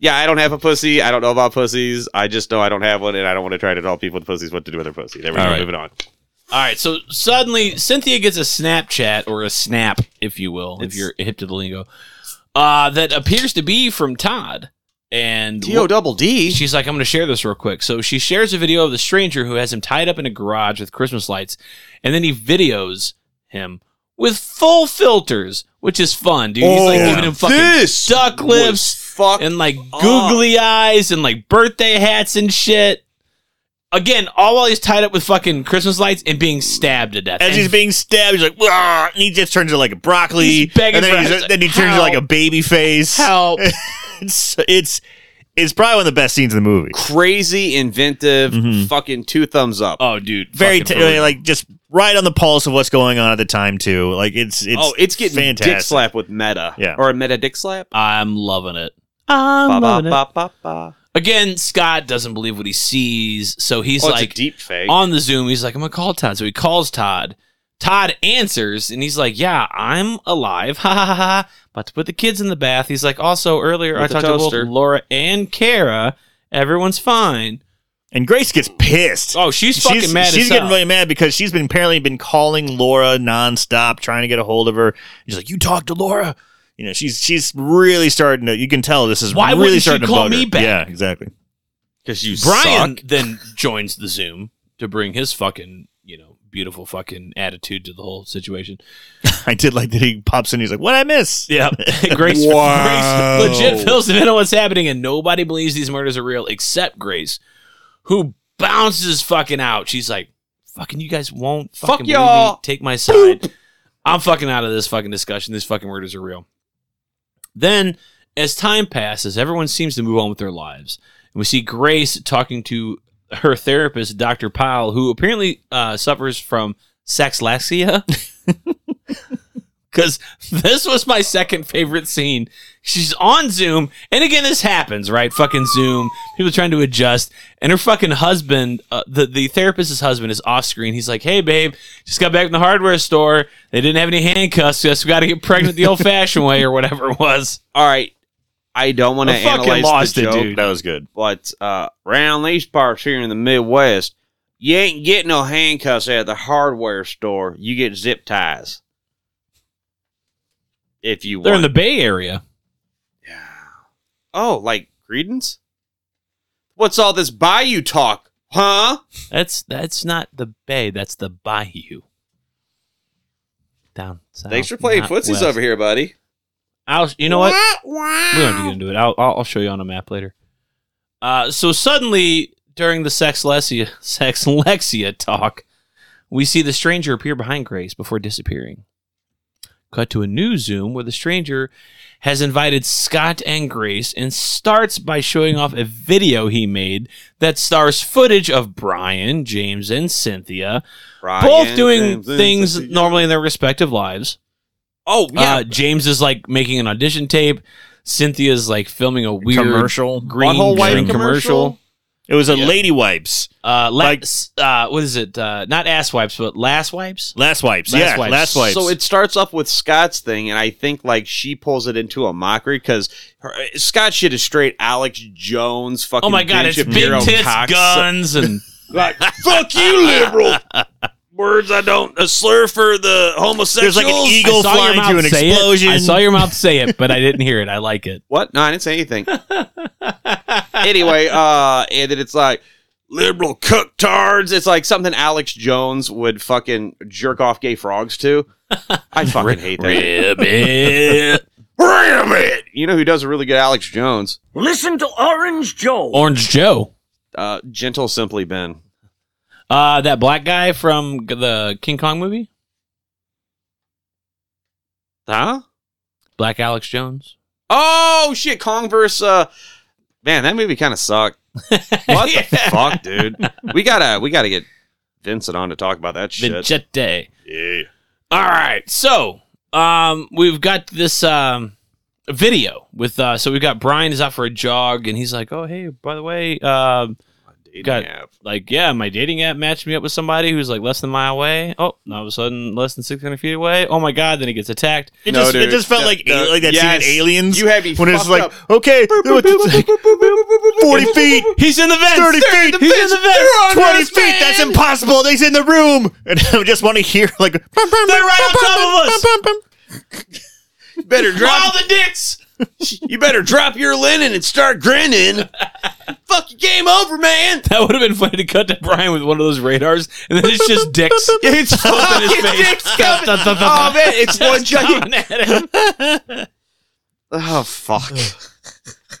yeah, I don't have a pussy. I don't know about pussies. I just know I don't have one, and I don't want to try to tell people with pussies what to do with their pussy. There we All go. right. Moving on. All right, so suddenly Cynthia gets a Snapchat or a snap, if you will, if you're hip to the lingo, uh, that appears to be from Todd. And To double D. she's like, I'm going to share this real quick. So she shares a video of the stranger who has him tied up in a garage with Christmas lights, and then he videos him with full filters, which is fun, dude. He's like Oh, giving him fucking duck lips fuck and like googly eyes and like birthday hats and shit. Again, all while he's tied up with fucking Christmas lights and being stabbed to death. As And he's being stabbed, he's like, "Wah," and he just turns into like a broccoli, He's begging and then, for he's- help. then he turns into like a baby face. help. It's, it's it's probably one of the best scenes in the movie. crazy inventive Mhm. fucking two thumbs up. Mm-hmm. Oh, dude. Very fucking t- brutal. like just right on the pulse of what's going on at the time too. Like it's it's oh, it's getting dick fantastic. slap with meta. Yeah. Or a meta dick slap. I'm loving it. Ba, I'm ba, loving it. ba, ba, ba. Again, Scott doesn't believe what he sees, so he's Oh, like it's a deep fake. on the Zoom. He's like, I'm gonna call Todd. So he calls Todd. Todd answers and he's like, Yeah, I'm alive. Ha ha ha. ha. About to put the kids in the bath. He's like, Also earlier With I the talked to both toaster." Laura and Kara. Everyone's fine. and Grace gets pissed. Oh, she's fucking she's mad. she's as getting hell. really mad because she's been apparently been calling Laura nonstop, trying to get a hold of her. She's like, "You talked to Laura." You know, she's she's really starting to. You can tell this is Why wouldn't really she starting to bug call me her. back? Yeah, exactly. Because you Brian suck. then joins the Zoom to bring his fucking, you know, beautiful fucking attitude to the whole situation. I did like that. He pops in. He's like, "What I miss?" Yeah. Grace, Wow. Grace legit fills them in on what's happening, and nobody believes these murders are real except Grace, who bounces fucking out. She's like, fucking, you guys won't fucking Fuck believe y'all. me. Take my side. I'm fucking out of this fucking discussion. These fucking murders are real. Then, as time passes, everyone seems to move on with their lives. And we see Grace talking to her therapist, Dr. Powell, who apparently uh, suffers from Sexlexia? Because this was my second favorite scene. She's on Zoom, and again, this happens, right? Fucking Zoom, people trying to adjust, and her fucking husband, uh, the the therapist's husband, is off screen. He's like, "Hey, babe, just got back from the hardware store. They didn't have any handcuffs, so we got to get pregnant the old-fashioned way, or whatever it was." All right. I don't want to I fucking analyze lost the it, joke, dude. That was good. but uh, around these parts here in the Midwest, you ain't getting no handcuffs at the hardware store. You get zip ties. If you They're want. in the Bay Area. oh, like credence? What's all this bayou talk? Huh? That's that's not the Bay. That's the Bayou. Down south. Thanks for playing not footsies west. over here, buddy. I'll, you know what? We don't need to do it. I'll, I'll I'll show you on a map later. Uh, so suddenly, during the sexlexia, sexlexia talk, we see the stranger appear behind Grace before disappearing. Cut to a new Zoom where the stranger has invited Scott and Grace and starts by showing off a video he made that stars footage of Brian, James, and Cynthia, both Brian doing Simpson. things normally in their respective lives. Oh, yeah. Uh, James is like making an audition tape. Cynthia's like filming a weird Commercial. green Butthole wiping drink commercial. It was a Yeah. lady wipes. Uh, la- Like- s- uh, what is it? Uh, not ass wipes, but last wipes. Last wipes. Last yeah, wipes. last wipes. So it starts off with Scott's thing, and I think like she pulls it into a mockery because Scott shit is straight Alex Jones fucking. Oh my god, Ben it's big Shapiro tits, cocksuck- guns, and Like, fuck you, liberal. Words I don't, a slur for the homosexuals. There's like an I eagle saw your flying through mouth an say it. explosion. I saw your mouth say it, but I didn't hear it. I like it. What? No, I didn't say anything. anyway, uh, and then it's like liberal cooktards. It's like something Alex Jones would fucking jerk off gay frogs to. I fucking hate that. Ram it. You know who does a really good Alex Jones? Listen to Orange Joe. Orange Joe, Uh, gentle, simply Ben. uh, that black guy from g- the King Kong movie, Huh? Black Alex Jones. Oh shit, Kong versus uh Man, that movie kind of sucked. What the fuck, dude? We gotta we gotta get Vincent on to talk about that shit. Vincente. Yeah. All right, so um, we've got this um, video with uh, so we've got Brian is out for a jog, and he's like, "Oh hey, by the way, um, got- Yeah. like, yeah, my dating app matched me up with somebody who's like less than a mile away. Oh, and all of a sudden, less than 600 feet away. Oh my God, then he gets attacked. It No, just, it dude. just felt No, like no. like that Yes. scene in Aliens You had me when it's fucked like up. okay, it's like forty feet, He's in the vents. thirty They're feet, in the He's in the vents. twenty feet. That's impossible. He's in the room, and I just want to hear like they're right on top of us. Better drop, All the dicks. you better drop your linen and start grinning. fuck your game over, man. That would have been funny to cut to Brian with one of those radars, and then it's just dicks. It's Up in his face. Oh man, it's one giant. Coming at him. Oh fuck.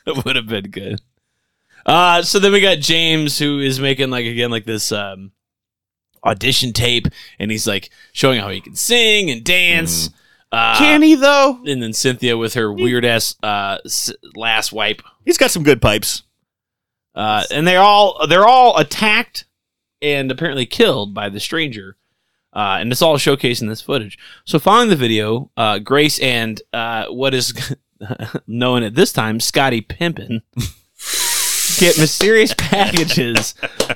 That would have been good. Uh, so then we got James who is making like again like this um, audition tape, and he's like showing how he can sing and dance. Mm-hmm. Uh, Can he though? and then Cynthia with her weird ass uh, s- last wipe. He's got some good pipes. Uh, and they're all they're all attacked and apparently killed by the stranger. Uh, and it's all showcased in this footage. So following the video, uh, Grace and uh, what is known at this time, Scotty Pimpin, get mysterious packages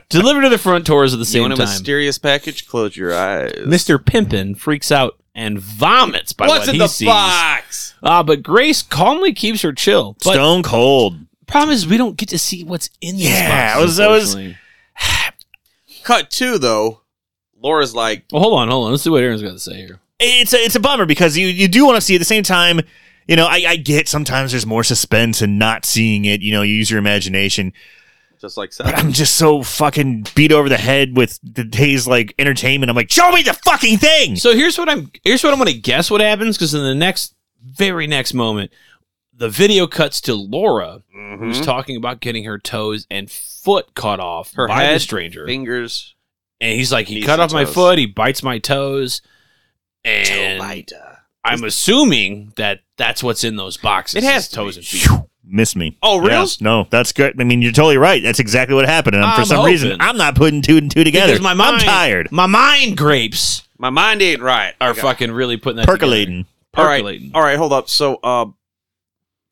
delivered to the front doors at the you same want a time. mysterious package? Close your eyes. Mr. Pimpin freaks out and vomits by What's what in he the sees. box? Uh, but Grace calmly keeps her chill. But Stone cold. problem is we don't get to see what's in this Yeah, box. I was- I was- unfortunately. Cut two though. Laura's like, Well, hold on, hold on. Let's see what Aaron's got to say here. It's a, it's a bummer because you you do want to see it. at the same time. You know, I, I get sometimes there's more suspense in not seeing it. You know, you use your imagination. just like but seven. I'm just so fucking beat over the head with the day's like entertainment. I'm like, show me the fucking thing. So here's what I'm here's what I'm going to guess what happens because in the next very next moment, the video cuts to Laura Mm-hmm. who's talking about getting her toes and foot cut off Her by the head, stranger, Fingers. and he's like, he knees cut and off my toes. foot, he bites my toes, and Tobita. I'm assuming that that's what's in those boxes. It has is to toes and feet. Phew, Miss me. Oh, really? Yes, no, that's good. I mean, you're totally right. That's exactly what happened. And I'm for some hoping. reason, I'm not putting two and two together. Because my mind, I'm tired. My mind grapes My mind ain't right. are Okay. fucking really putting that Percolating. All right. percolating. All right, hold up. So, uh,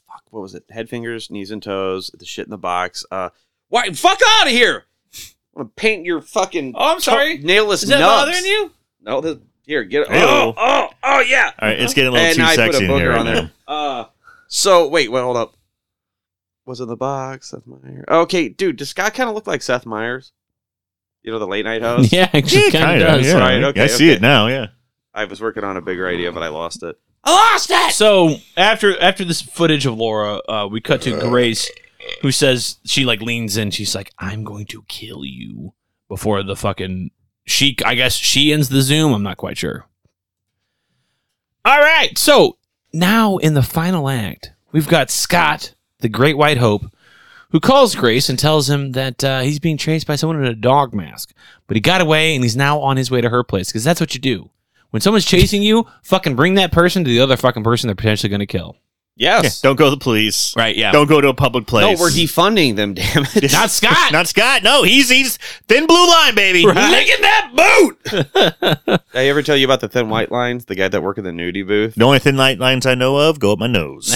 fuck, what was it? Head fingers, knees and toes, the shit in the box. Uh, why? Fuck out of here! I'm gonna paint your fucking. Oh, I'm sorry. Nailless Is that nubs. bothering you? No, this, here, get it. Ew. Oh, oh, oh, yeah. All right, it's getting a little And too I put a sexy in booger here. right on now. there. Uh, so wait, wait, hold up. Was in the box Seth Meyers. Okay, dude, does Scott kind of look like Seth Meyers? You know the late night host. Yeah, actually kind Kinda, of does. yeah. Right, I okay, see it now. Yeah. I was working on a bigger idea, but I lost it. So after after this footage of Laura, uh, we cut to Grace, who says she like leans in. She's like, "I'm going to kill you." Before the fucking she, I guess she ends the Zoom. I'm not quite sure. All right, so now in the final act, we've got Scott, the Great White Hope, who calls Grace and tells him that uh, he's being chased by someone in a dog mask, but he got away and he's now on his way to her place because that's what you do. When someone's chasing you, fucking bring that person to the other fucking person they're potentially going to kill. Yes. Don't go to the police. Right? Yeah. Don't go to a public no, place. we're defunding them. Damn it. Not Scott. Not Scott. No, he's he's thin blue line, baby. Licking that boot. Did I ever tell you about the thin white lines? The guy that worked in the nudie booth. The only thin light lines I know of go up my nose.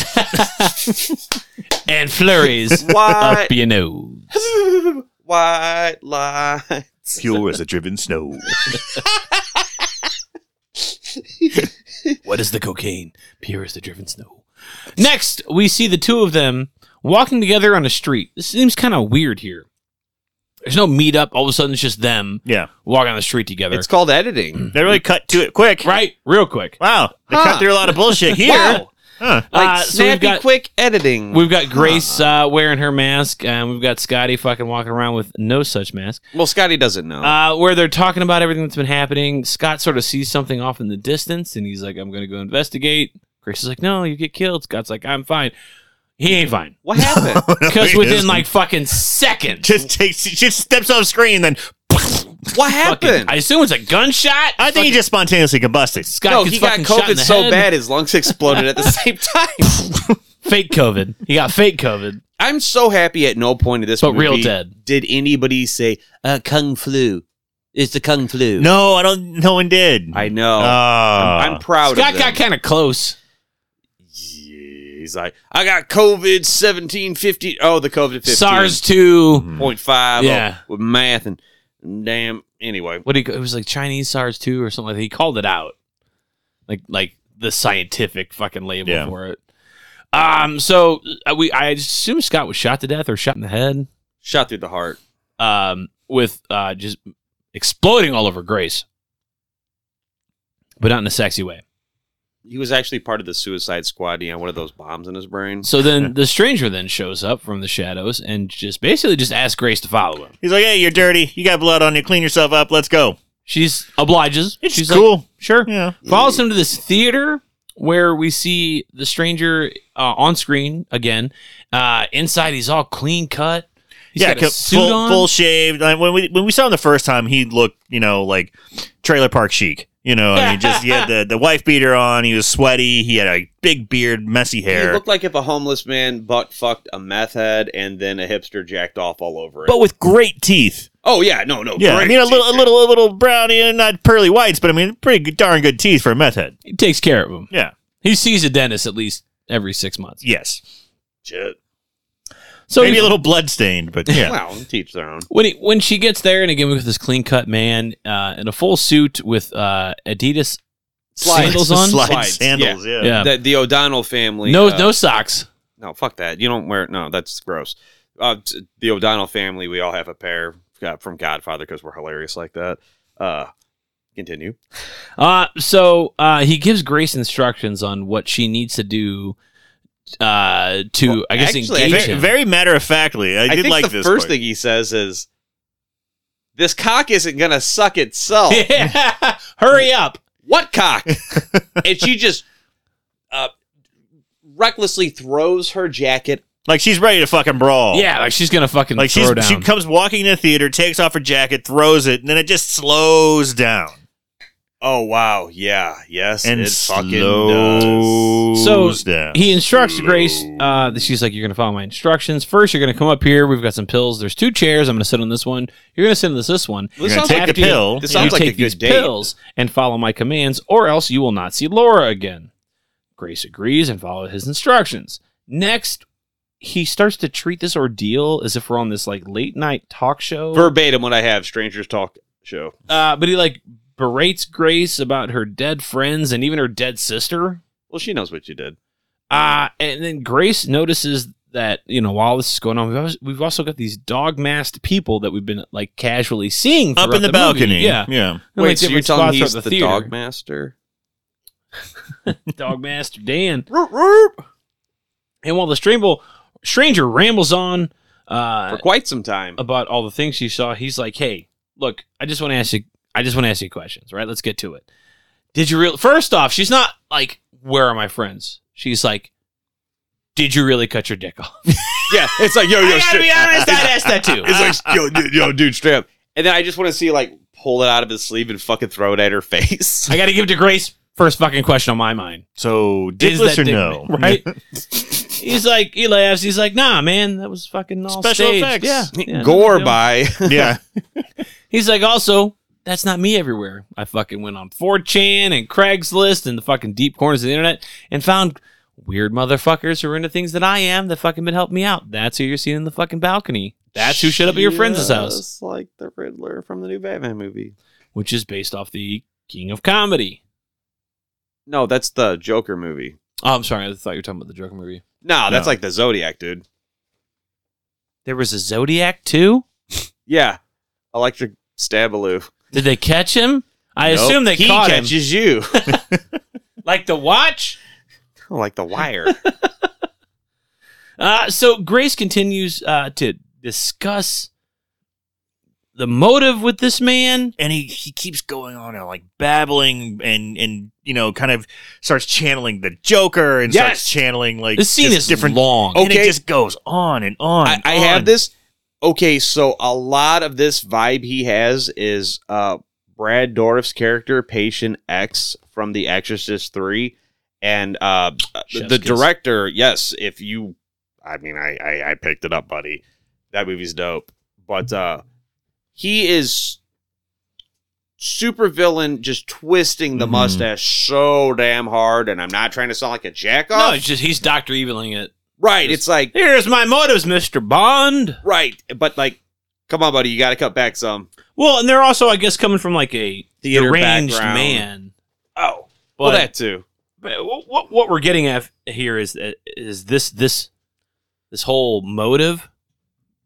and flurries Why? up your nose. White line. Pure as a driven snow. What is the cocaine? Pure as the driven snow. Next, we see the two of them walking together on a street. This seems kind of weird here. There's no meetup. All of a sudden, it's just them Yeah. walking on the street together. It's called editing. They really cut to it quick. right, real quick. Wow. They Huh. cut through a lot of bullshit here. Wow. Huh. Like Uh, so we've snappy, got- quick editing. We've got Grace uh, wearing her mask, and we've got Scotty fucking walking around with no such mask. well, Scotty doesn't know. uh, where they're talking about everything that's been happening. Scott sort of sees something off in the distance, and he's like, "I'm gonna go investigate." Grace is like, "No, you get killed." Scott's like, "I'm fine." He ain't fine what happened? because He within is- like fucking seconds, just takes he just steps off screen then what fucking- happened? I assume it's a gunshot. I think he just spontaneously combusted. Scott no, gets he got fucking shot in COVID the so head. bad his lungs exploded at the same time. Fake COVID. He got fake COVID. I'm so happy at no point of this But movie real dead. did anybody say uh, kung flu. It's the kung flu. No, I don't no one did. I know. Ah. I'm proud Scott of them. got kind of close. He's like, I got COVID 1750. Oh, the COVID 15. SARS two. point five. Yeah. Yeah. with math and and damn. Anyway, What do you? It was like Chinese SARS two or something like that. He called it out, like like the scientific fucking label Yeah. for it. Um. So uh, we, I assume Scott was shot to death or shot in the head. shot through the heart. Um. With uh, just exploding all over Grace, but not in a sexy way. He was actually part of the Suicide Squad. He had one of those bombs in his brain. So then the stranger then shows up from the shadows and just basically just asks Grace to follow him. He's like, Hey, you're dirty, you got blood on you, clean yourself up, let's go. She's obliges. It's She's like, cool. sure. yeah. follows him to this theater where we see the stranger uh, on screen again. Uh, inside, he's all clean cut. He's yeah, got co- a suit full, on. full shaved. Like, when we when we saw him the first time, he looked, you know, like trailer park chic. You know, I mean, just he had the, the wife beater on. He was sweaty. He had a big beard, messy He hair. looked like if a homeless man butt fucked a meth head and then a hipster jacked off all over it. but with great teeth. oh yeah, no, no. Yeah, I great. mean a little, a little, a little brownie and not pearly whites, but I mean pretty good, darn good teeth for a meth head. he takes care of him. Yeah. He sees a dentist at least every six months. Yes. Shit. So Maybe he- a little blood stained, but yeah. Well, teach their own. when he, when she gets there, and again with this clean cut man uh, in a full suit with uh, Adidas sandals on, Slide Slides, sandals. Yeah. yeah, The, the O'Donnell family. no uh, no socks. no, fuck that. You don't wear. No, that's gross. Uh, t- the O'Donnell family. We all have a pair uh, from Godfather because we're hilarious like that. Uh, continue. Uh, so uh, he gives Grace instructions on what she needs to do uh, to, Well, I guess, actually, I engage Very, him. very matter of factly. I, I did think like the this. first part. thing he says is, "This cock isn't gonna suck itself." Yeah. Hurry up. what cock? and she just uh, recklessly throws her jacket. like she's ready to fucking brawl. Yeah, like she's gonna fucking Oh. Like she's, throw down. she comes walking in the theater, takes off her jacket, throws it, and then it just slows down. Oh wow, yeah, yes, and it fucking does. slows So, down. He instructs Grace. Uh, that she's like, "You're gonna follow my instructions. First, you're gonna come up here. We've got some pills. There's two chairs. I'm gonna sit on this one. You're gonna sit on this this one. This sounds gonna take like a pill. This You sounds like take a these good date. pills and follow my commands, or else you will not see Laura again." Grace agrees and follows his instructions. Next, he starts to treat this ordeal as if we're on this like late night talk show. Verbatim what I have, Strangers Talk show. uh, but he like berates Grace about her dead friends and even her dead sister. Well, she knows what you did. Uh, and then Grace notices that, you know, while this is going on, we've also, we've also got these dog masked people that we've been like casually seeing up throughout in the, movie. balcony. Yeah. yeah. In, Wait, like, so you're different telling spots me he's throughout the, theater. dog master? Dog master Dan. And while the stranger, stranger rambles on For uh, quite some time. about all the things she saw, he's like, "Hey, look, I just want to ask you. I just want to ask you questions. Right? Let's get to it. Did you really? First off, she's not like, "Where are my friends?" She's like, "Did you really cut your dick off?" yeah, it's like yo, yo, I gotta strip. be honest, I'd ask that too. It's like yo, dude, yo, dude, strip. And then I just want to see like pull it out of his sleeve and fucking throw it at her face. I got to give it to Grace. First fucking question on my mind. So Is dickless that or dick- no? Right? he's like, he laughs. He's like, nah, man, that was fucking all Special staged. effects. Yeah. yeah, no Gore big deal. by yeah. He's like, also, that's not me everywhere. I fucking went on 4chan and Craigslist and the fucking deep corners of the internet and found weird motherfuckers who are into things that I am that fucking been helping me out. That's who you're seeing in the fucking balcony. That's who showed up at your friend's house, Just like the Riddler from the new Batman movie. which is based off the King of Comedy. No, that's the Joker movie. Oh, I'm sorry. I thought you were talking about the Joker movie. No, that's No. like the Zodiac, dude. There was a Zodiac too. Yeah, Electric Stabaloo. Did they catch him? I Nope. assume they He caught him. catches you Like the watch. like the Wire. Uh, so Grace continues uh, to discuss the motive with this man. and he, he keeps going on and like babbling and and you know kind of starts channeling the Joker and starts Yes. channeling like This scene just is different. long. And it Okay. just goes on and on. I, I and on. have this. Okay, so a lot of this vibe he has is uh, Brad Dorff's character, Patient X from The Exorcist Three, and uh, Chef's the kiss. director. Yes, if you, I mean, I, I I picked it up, buddy. That movie's dope, but uh, he is super villain, just twisting the Mm-hmm. Mhm. mustache so damn hard. And I'm not trying to sound like a jackoff. No, it's just he's Doctor Eviling it. right? It's like Here's my motives, Mister Bond. Right, but like, come on, buddy, you got to cut back some. Well, and they're also, I guess, coming from like a Theater deranged background. man. Oh, But, well, that too. but what- what what we're getting at here is uh, is this this this whole motive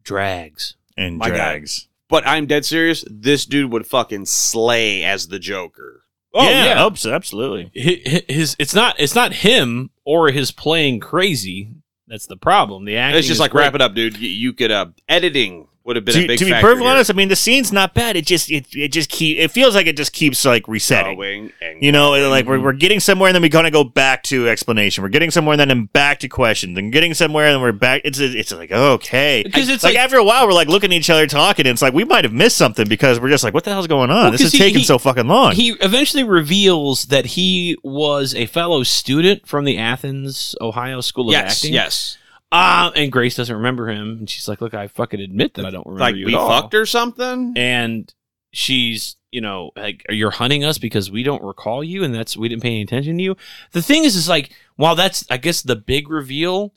drags. and My God. drags. But I'm dead serious. This dude would fucking slay as the Joker. Oh, abs- absolutely. hi- hi- his it's not it's not him or his playing crazy. That's the problem. The acting it's just is like great. wrap it up, dude. You, you could uh, editing would have been a To, big. to be factor perfectly here. honest, I mean the scene's not bad. It just it, it just keep it feels like it just keeps like resetting. Going and You know, and, Mm-hmm. like we're, we're getting somewhere and then we kind of go back to explanation. We're getting somewhere and then I'm back to questions and getting somewhere and then we're back. It's it's like okay, Because it's like, like- after a while we're like looking at each other talking and it's like we might have missed something because we're just like what the hell's going on? Well, this is 'cause he- taking he- so fucking long. He eventually reveals that he was a fellow student from the Athens, Ohio School of yes, Acting. yes. Uh, and Grace doesn't remember him, and she's like, "Look, I fucking admit that I don't remember Like you we at all." fucked or something. And she's, you know, like, "You're hunting us because we don't recall you, and that's we didn't pay any attention to you." The thing is, is like, while that's I guess the big reveal,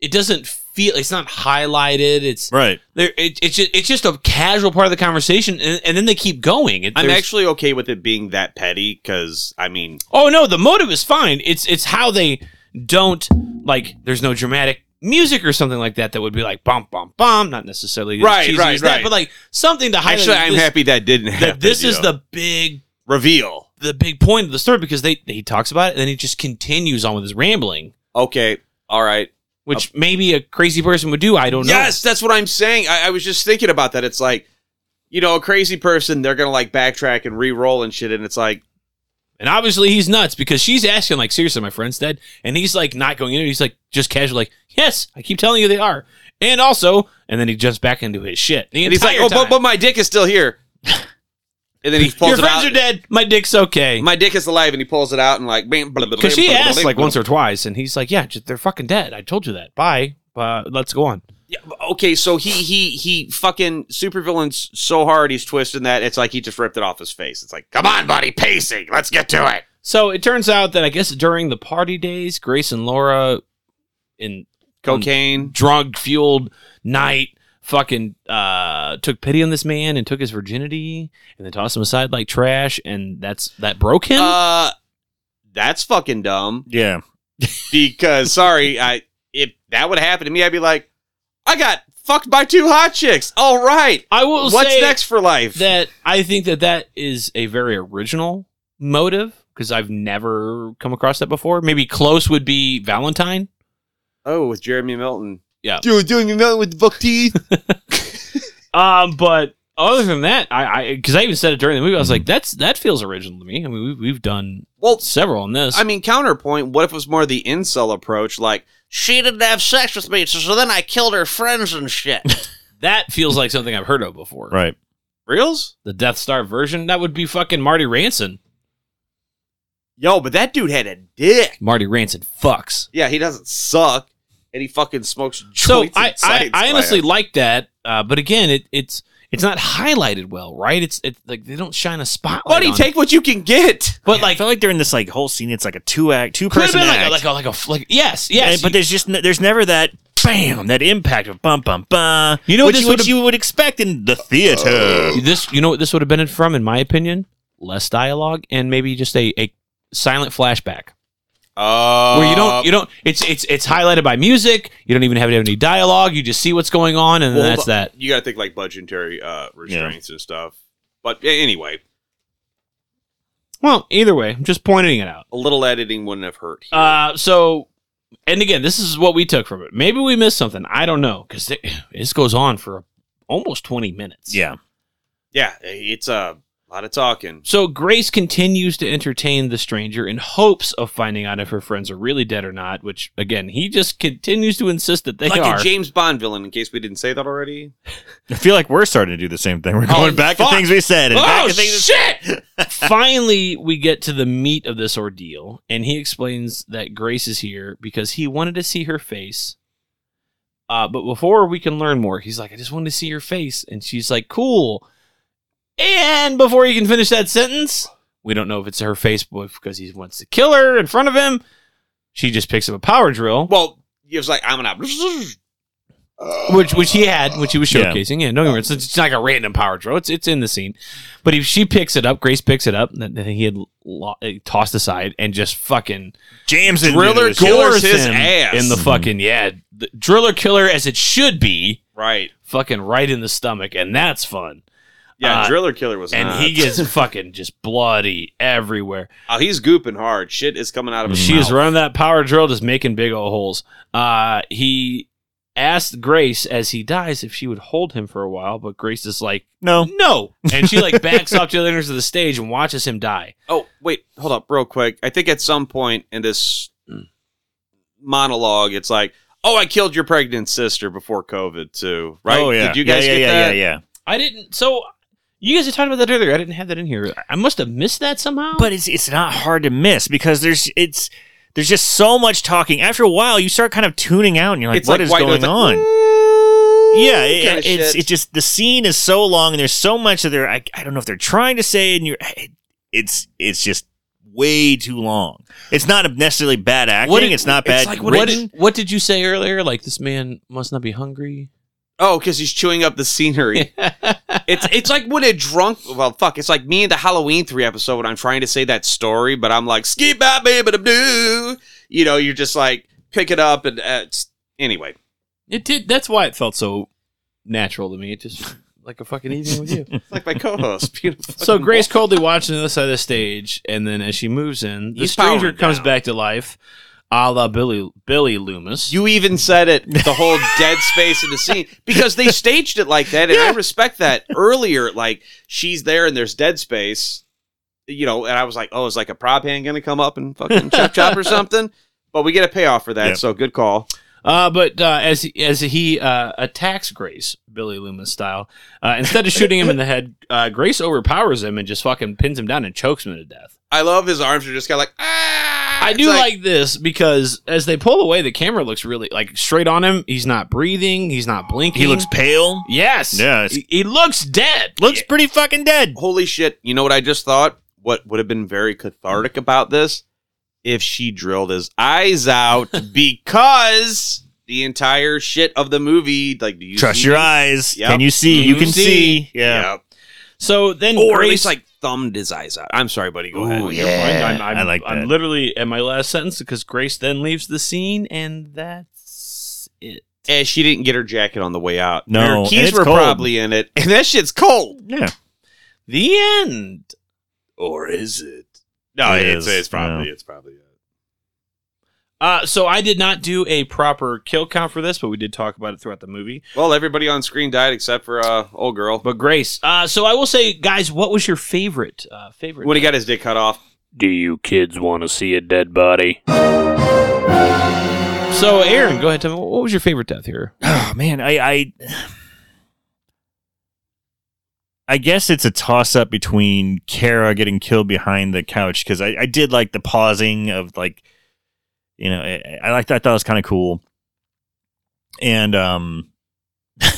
it doesn't feel it's not highlighted. It's right. There, it, it's just, it's just a casual part of the conversation, and, and then they keep going. It, I'm there's- actually okay with it being that petty because I mean, oh no, the motive is fine. It's it's how they don't like. There's no dramatic music or something like that that would be like bum bum bum. Not necessarily as Right, cheesy right, as that, right. But like something to highlight. actually, I'm this- happy that didn't happen. that this you is know. the uh, big reveal. the big point of the story because they he talks about it and then he just continues on with his rambling, Okay, all right. which maybe a crazy person would do. I don't know. Yes, that's what I'm saying. I, I was just thinking about that. It's like, you know, a crazy person, they're gonna like backtrack and re-roll and shit, and it's like, And obviously he's nuts because she's asking like, seriously, my friend's dead, and he's like not going in. He's like just casual, like, yes, I keep telling you they are. And also, and then he jumps back into his shit. The and he's like, entire oh, but, time. but my dick is still here. And then he pulls Your it friends out. are dead. My dick's okay. My dick is alive, and he pulls it out and like bam. blah, blah, Because blah, she blah, blah, asked blah, like blah. once or twice, and he's like, "Yeah, j- they're fucking dead. I told you that. Bye. Uh, let's go on." Yeah, but okay, so he he he fucking supervillains so hard he's twisting that it's like he just ripped it off his face. It's like come on, buddy, pacing. Let's get to it. So it turns out that I guess during the party days, Grace and Laura, in Cocaine. drug fueled night, fucking uh, took pity on this man and took his virginity, and then tossed him aside like trash, and that's that broke him. Uh, that's fucking dumb. Yeah. Because sorry, I if that would happen to me, I'd be like, I got fucked by two hot chicks. All right, I will what's say next for life? that I think that that is a very original motive because I've never come across that before. Maybe close would be Valentine. oh, with Jeremy Milton. Yeah. dude, doing your Milton with buck teeth. Um, but other than that, I I because I even said it during the movie, I was like, that's that feels original to me. I mean, we've, we've done well, several on this. I mean, counterpoint. What if it was more the incel approach? Like she didn't have sex with me, so, so then I killed her friends and shit. that feels like something I've heard of before. Right. Reals. The Death Star version that would be fucking Marty Ranson. Yo, but that dude had a dick. Marty Ranson fucks. Yeah, he doesn't suck, and he fucking smokes So joints. I, and I, science I honestly lab. like that, uh, but again, it, it's it's not highlighted well, right? It's it's like they don't shine a spotlight. buddy, on it. take what you can get. but Like, I like feel like during this like whole scene, it's like a two act, two could have person been like act. a, like a like a f- like yes yes. And- but there's just n- there's never that bam that impact of bum bum bum. You know what which, this you- which would've- you would expect in the theater. this you know what this would have been from in my opinion less dialogue and maybe just a, a silent flashback Uh, where you don't you don't it's it's it's highlighted by music you don't even have any dialogue you just see what's going on and Well, that's that You got to think like budgetary uh, restraints and stuff. But a- anyway, well either way i'm just pointing it out a little editing wouldn't have hurt. here. uh so and again this is what we took from it maybe we missed something i don't know because this goes on for almost 20 minutes yeah. yeah, it's uh, a lot of talking. So Grace continues to entertain the stranger in hopes of finding out if her friends are really dead or not, which again, he just continues to insist that they like are. a James Bond villain, in case we didn't say that already. I feel like we're starting to do the same thing. We're going back fuck. to things we said. And back Oh, to things shit! Finally, we get to the meat of this ordeal, and he explains that Grace is here because he wanted to see her face. Uh, but before we can learn more, he's like, I just wanted to see your face. And she's like, cool. And before he can finish that sentence, we don't know if it's her face but because he wants to kill her in front of him. She just picks up a power drill, Well, he was like, I'm gonna. which which he had, which he was Yeah. showcasing. Yeah, no, it's, it's not like a random power drill. It's it's in the scene, but if she picks it up, Grace picks it up that that he had lo- uh, tossed aside and just fucking James and Driller doors gores his him ass in the fucking yeah the driller killer as it should be, right. fucking right in the stomach, and that's fun. Yeah, Uh, Driller Killer was. And not. he gets fucking just bloody everywhere. Oh, he's gooping hard. Shit is coming out of his She mouth. is running that power drill, just making big old holes. Uh, he asked Grace as he dies if she would hold him for a while, but Grace is like, No. no. And she like backs off to the other end of the stage and watches him die. Oh, wait, hold up, real quick. I think at some point in this monologue, it's like, "Oh, I killed your pregnant sister before COVID, too." Right? Oh yeah. Did you guys yeah, yeah, get yeah, that? Yeah, yeah. I didn't. So you guys are talking about that earlier. I didn't have that in here. I must have missed that somehow. But it's it's not hard to miss because there's it's there's just so much talking. After a while, you start kind of tuning out, and you're like, It's what like is white noise, going like, on? yeah, kinda it, it's shit. it's just the scene is so long, and there's so much that they're I, I don't know if they're trying to say, and you're it's it's just way too long. It's not necessarily bad acting. did- it's not bad It's like, what, written. did, what did you say earlier? Like this man must not be hungry. Oh, because he's chewing up the scenery. it's it's like when a drunk. Well, fuck. It's like me in the Halloween three episode when I'm trying to say that story, but I'm like, "Skip by, baby, do." You know, you're just like pick it up and uh, it's- anyway. It did. That's why it felt so natural to me. It just like a fucking evening with you. It's like my co-host. Beautiful. So Grace coldly watches on the other side of the stage, and then as she moves in, the He's stranger powering comes down. back to life, a la Billy Billy Loomis. You even said it, the whole dead space in the scene, because they staged it like that, and I respect that. Earlier, like she's there and there's dead space, you know, and I was like, oh, is like a prop hand going to come up and fucking chop chop or something? But we get a payoff for that, Yeah. so good call. Uh, but uh, as as he uh, attacks Grace, Billy Loomis style, uh, instead of shooting him in the head, uh, Grace overpowers him and just fucking pins him down and chokes him to death. I love his arms are just kind of like ah. I It's do like, this because as they pull away, the camera looks really like straight on him. He's not breathing. He's not blinking. He looks pale. Yes. Yeah, it's- He, he looks dead. Looks pretty fucking dead. holy shit. You know what I just thought? What would have been very cathartic about this if she drilled his eyes out because the entire shit of the movie, like, do you Trust see your me? eyes. Yep. Can you see? Can You you can see. see? Yeah. So then Or Grace at least like thumbed his eyes out. I'm sorry, buddy. Go ahead. You're fine. I'm, I'm, I like I'm that. literally at my last sentence because Grace then leaves the scene, and that's it. And Eh, she didn't get her jacket on the way out. No, and her keys it's were cold. probably in it, and that shit's cold. Yeah. The end. Or is it? No, It it's, is, it's probably yeah. it's probably. Uh, so I did not do a proper kill count for this, but we did talk about it throughout the movie. Well, everybody on screen died except for uh, old girl. But Grace, uh, so I will say, guys, what was your favorite uh, favorite? when he got his dick cut off, Do you kids want to see a dead body? so Aaron, go ahead, tell me what was your favorite death here? Oh man, I I I guess it's a toss up between Kara getting killed behind the couch because I, I did like the pausing of like you know I, I like I thought it was kind of cool and um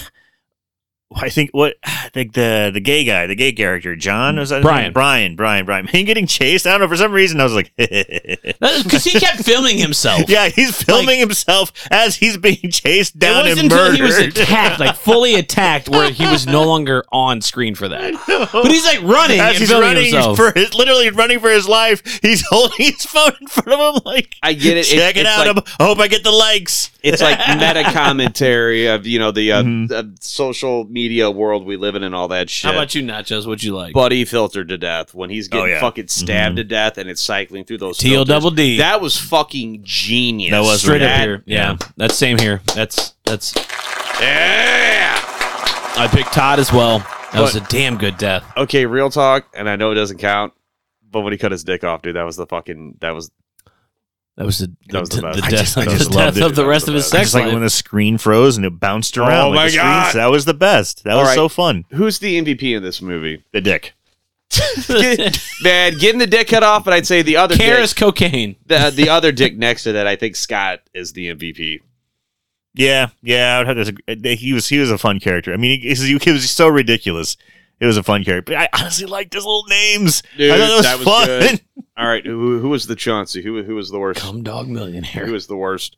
I think what I think the the gay guy the gay character John was that his Mm, Brian. name? Brian Brian Brian him getting chased I don't know for some reason I was like Because Uh, he kept filming himself. yeah he's filming Like- himself as he's being chased It down and wasn't until murdered he was attacked, like fully attacked, where he was no longer on screen for that. But he's like running as and he's filming running himself. for his literally running for his life, he's holding his phone in front of him like I get it. check it, it's out. Like, I'm- I hope I get the likes. it's like meta commentary of you know the uh, Mhm. uh, social media world we live in and all that shit. How about you, Nachos? What'd you like? Buddy filtered to death when he's getting Oh, yeah. fucking stabbed to death and it's cycling through those. Teal filters. double D. That was fucking genius. That was straight up That- here. Yeah. that's same here. That's that's. I picked Todd as well. That was a damn good death. Okay, real talk, and I know it doesn't count, but when he cut his dick off, dude, that was the fucking that was That was the, That was the the, best. the I death, just- I the just death loved it. of the That rest was of the his best. sex Just like life. when the screen froze and it bounced around. Oh like my the screen- God. that was the best. That was All right. so fun. who's the MVP in this movie? The dick. Get- man, getting the dick cut off, and I'd say the other dick, Kara's cocaine. the, the other dick next to that. I think Scott is the MVP. Yeah, yeah. I would have this. uh, He was he was a fun character. I mean, he, he was- he was so ridiculous. It was a fun character. But I honestly liked his little names. Dude, I thought that was, that was fun. good. All right, who, who was the Chauncey? Who who was the worst? Come dog millionaire. Who was the worst?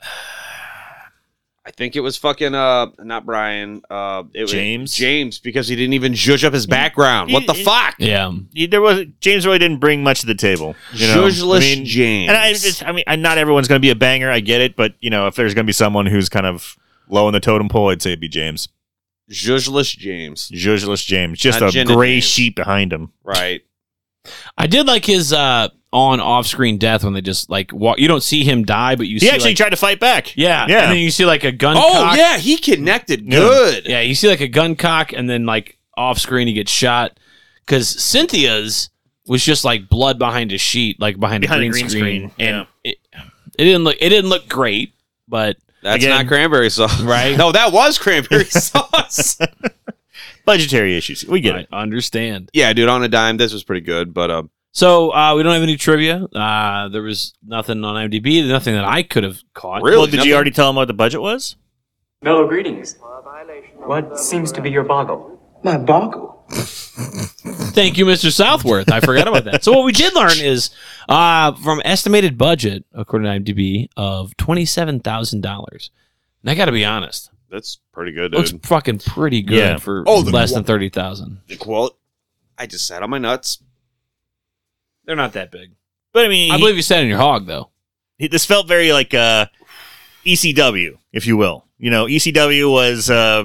I think it was fucking uh not Brian uh it was James? Mm. James because he didn't even judge up his background. What the He- fuck? Yeah. He- there was James really didn't bring much to the table. You know, Judgeless I mean, James. And I just, I mean, I, not everyone's going to be a banger. I get it, but you know, if there's going to be someone who's kind of low in the totem pole, I'd say it'd be James, Judgeless James. Zhuzhless James, just Not a Jenna gray James. sheep behind him. Right. I did like his uh, on off screen death when they just like walk. You don't see him die, but you He see actually like, tried to fight back. yeah, yeah. And then you see like a gun. Oh cock. yeah, he connected Yeah. good. Yeah, you see like a gun cock, and then like off screen he gets shot because Cynthia's was just like blood behind a sheet, like behind, Behind a a green, green screen, screen, and it, it didn't look it didn't look great, but That's Again. not cranberry sauce. Right. No, that was cranberry sauce. Budgetary issues. We get I it. understand. yeah, dude, on a dime, this was pretty good, but um So uh, we don't have any trivia. Uh, there was nothing on IMDb, nothing that I could have caught. Really? well, did Nothing- you already tell him what the budget was? Mellow greetings. What seems to be your boggle? My boggle? Thank you, Mr. Southworth. I forgot about that. So what we did learn is uh, from estimated budget, according to IMDb, of twenty seven thousand dollars. And I got to be honest, that's pretty good, dude. looks fucking pretty good Yeah. for Oh, the- less than thirty thousand. the quote I just sat on my nuts. They're not that big. But I mean, I he- believe you said in your hog though. he- this felt very like uh, ECW, if you will. You know, ECW was uh,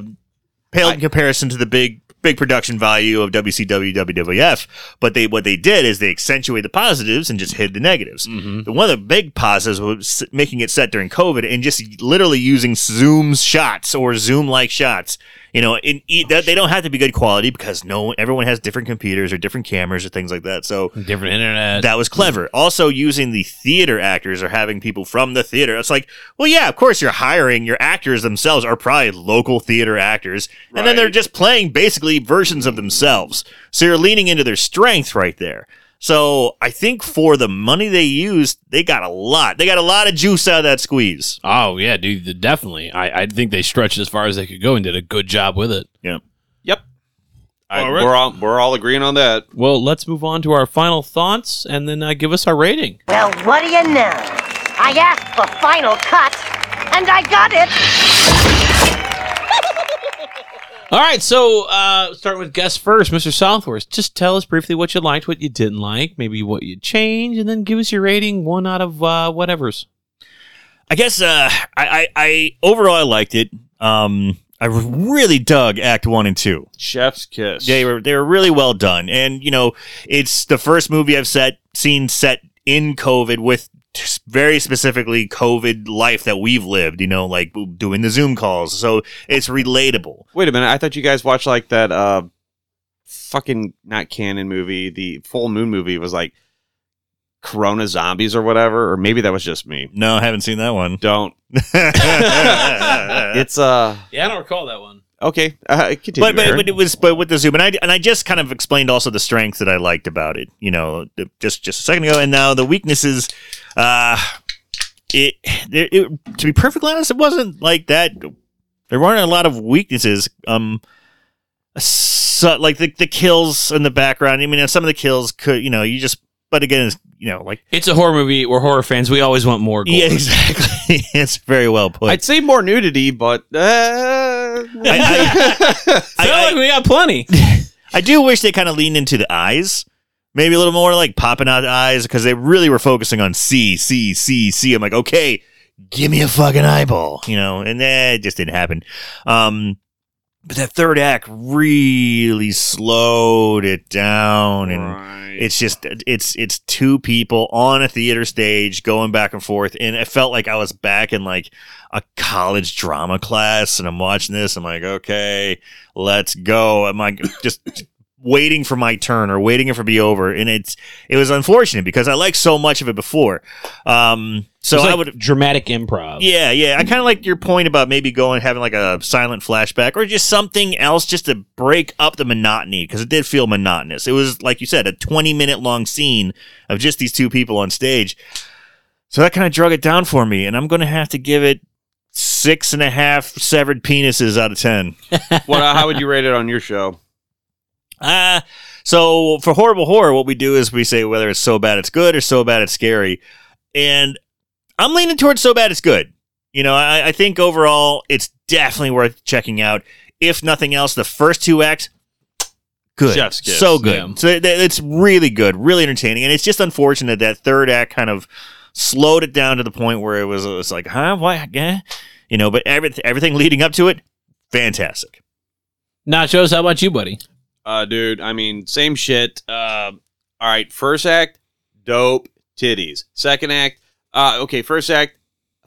pale in comparison to the big big production value of WCW WWF. But they what they did is they accentuated the positives and just hid the negatives. Mm-hmm. One of the big positives was making it set during COVID and just literally using Zoom's shots or Zoom like shots You know, in, e- that, they don't have to be good quality because no, everyone has different computers or different cameras or things like that. So Different internet. that was clever. Also, using the theater actors or having people from the theater. It's like, well, yeah, of course, you're hiring your actors themselves are probably local theater actors, and then they're just playing basically versions of themselves. So you're leaning into their strength right there. So I think for the money they used, they got a lot. They got a lot of juice out of that squeeze. oh yeah, dude, the- definitely. I, I think they stretched as far as they could go and did a good job with it. I- All right. We're all we're all agreeing on that. Well, let's move on to our final thoughts and then uh, give us our rating. Well, what do you know? I asked for final cut, and I got it. All right, so uh, starting with guests first, Mr. Southworth, just tell us briefly what you liked, what you didn't like, maybe what you changed, and then give us your rating one out of uh, whatever's. I guess uh, I, I, I overall I liked it. Um, I really dug Act One and Two. Chef's kiss. They were they were really well done, and you know, it's the first movie I've set seen set in COVID with s- very specifically COVID life that we've lived. You know, like doing the Zoom calls, so it's relatable. Wait a minute. I thought you guys watched like that uh fucking not canon movie. The full moon movie was like Corona zombies or whatever, or maybe that was just me. No, I haven't seen that one. Don't. it's It's uh Yeah, I don't recall that one. okay. Uh, continue. but, but Aaron. but it was but with the Zoom, and I and I just kind of explained also the strengths that I liked about it. You know, the- just just a second ago, and now the weaknesses. Uh, it, there- it to be perfectly honest, it wasn't like that. There weren't a lot of weaknesses. Um, so, like the the kills in the background. I mean, some of the kills could you know you just. But again, it's, you know, like It's a horror movie. We're horror fans. We always want more. Gore. yeah, exactly. it's very well put. I'd say more nudity, but uh, I- I- Sound I- like we got plenty. I do wish they kind of leaned into the eyes, maybe a little more like popping out the eyes because they really were focusing on C, C, C, C. I'm like, okay, give me a fucking eyeball, you know, and that just didn't happen. Um, but that third act really slowed it down, and it's just it's it's two people on a theater stage going back and forth, and it felt like I was back in like a college drama class, and I'm watching this. I'm like, okay, let's go. I'm like just waiting for my turn or waiting for it to be over, and it's it was unfortunate because I liked so much of it before. Um, so It's I like would dramatic improv. yeah, yeah. I kind of like your point about maybe going having like a silent flashback or just something else just to break up the monotony because it did feel monotonous. It was like you said, a 20 minute long scene of just these two people on stage. So that kind of drug it down for me, and I'm going to have to give it six and a half severed penises out of 10. what, uh, how would you rate it on your show? Uh, so for horrible horror, what we do is we say whether it's so bad it's good or so bad it's scary, and I'm leaning towards so bad it's good. You know, I, I think overall it's definitely worth checking out. If nothing else, the first two acts, good, Chef's kiss. so good. Yeah. So th- it's really good, really entertaining, and it's just unfortunate that third act kind of slowed it down to the point where it was, it was like, huh, why, eh? you know. But every, everything leading up to it, fantastic. Nachos, how about you, buddy? Uh, dude, I mean, same shit. Uh, all right, first act, dope titties. Second act, uh, okay, first act,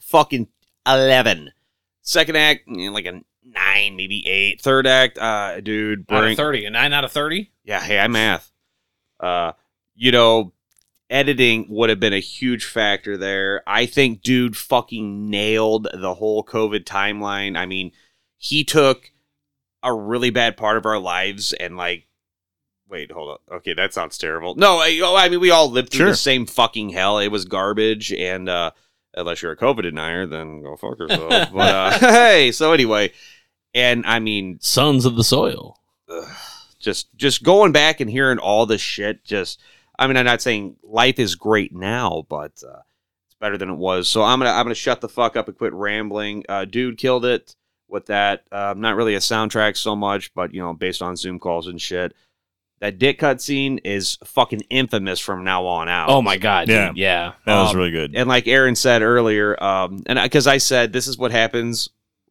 fucking eleven. Second act, mm, like a nine, maybe eight. Third act, uh, dude, bring thirty, a nine out of thirty. yeah, hey, I math. Uh, you know, editing would have been a huge factor there. I think dude fucking nailed the whole COVID timeline. I mean, he took a really bad part of our lives and like wait, hold on. Okay, that sounds terrible. No, I, oh, I mean we all lived through Sure. the same fucking hell. It was garbage and uh unless you're a COVID denier, then go fuck yourself. but uh, hey, so anyway, and I mean Sons of the soil. just just going back and hearing all this shit just i mean i'm not saying life is great now but uh, it's better than it was so i'm gonna i'm gonna shut the fuck up and quit rambling uh, dude killed it with that uh, not really a soundtrack so much but you know based on zoom calls and shit that dick cut scene is fucking infamous from now on out Oh my god. Yeah. Yeah, yeah. That was Um, really good. and like Aaron said earlier, um, and because I said this is what happens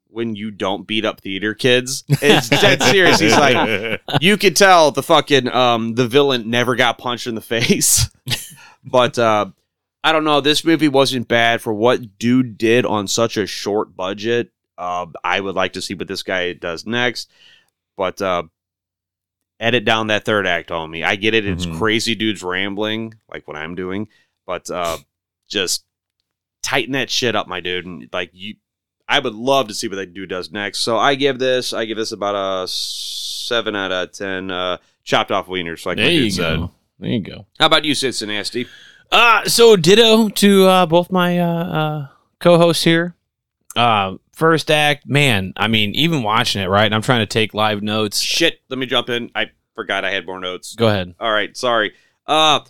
when you don't beat up theater kids. It's dead serious. He's like, you could tell the fucking um the villain never got punched in the face. but uh I don't know, this movie wasn't bad for what dude did on such a short budget. Uh, I would like to see what this guy does next, but uh, edit down that third act on me. I get it; it's Mhm. crazy dudes rambling like what I'm doing, but uh, just tighten that shit up, my dude. And like you, I would love to see what that dude does next. So I give this, I give this about a seven out of ten. Uh, chopped off wieners, like my There you dude said. go. There you go. How about you, Sid Nasty? Uh, so ditto to uh, both my uh, uh, co-hosts here. Uh, first act, man. I mean, even watching it, right? And I'm trying to take live notes. Shit, let me jump in. I forgot I had more notes. Go ahead. All right, sorry. Uh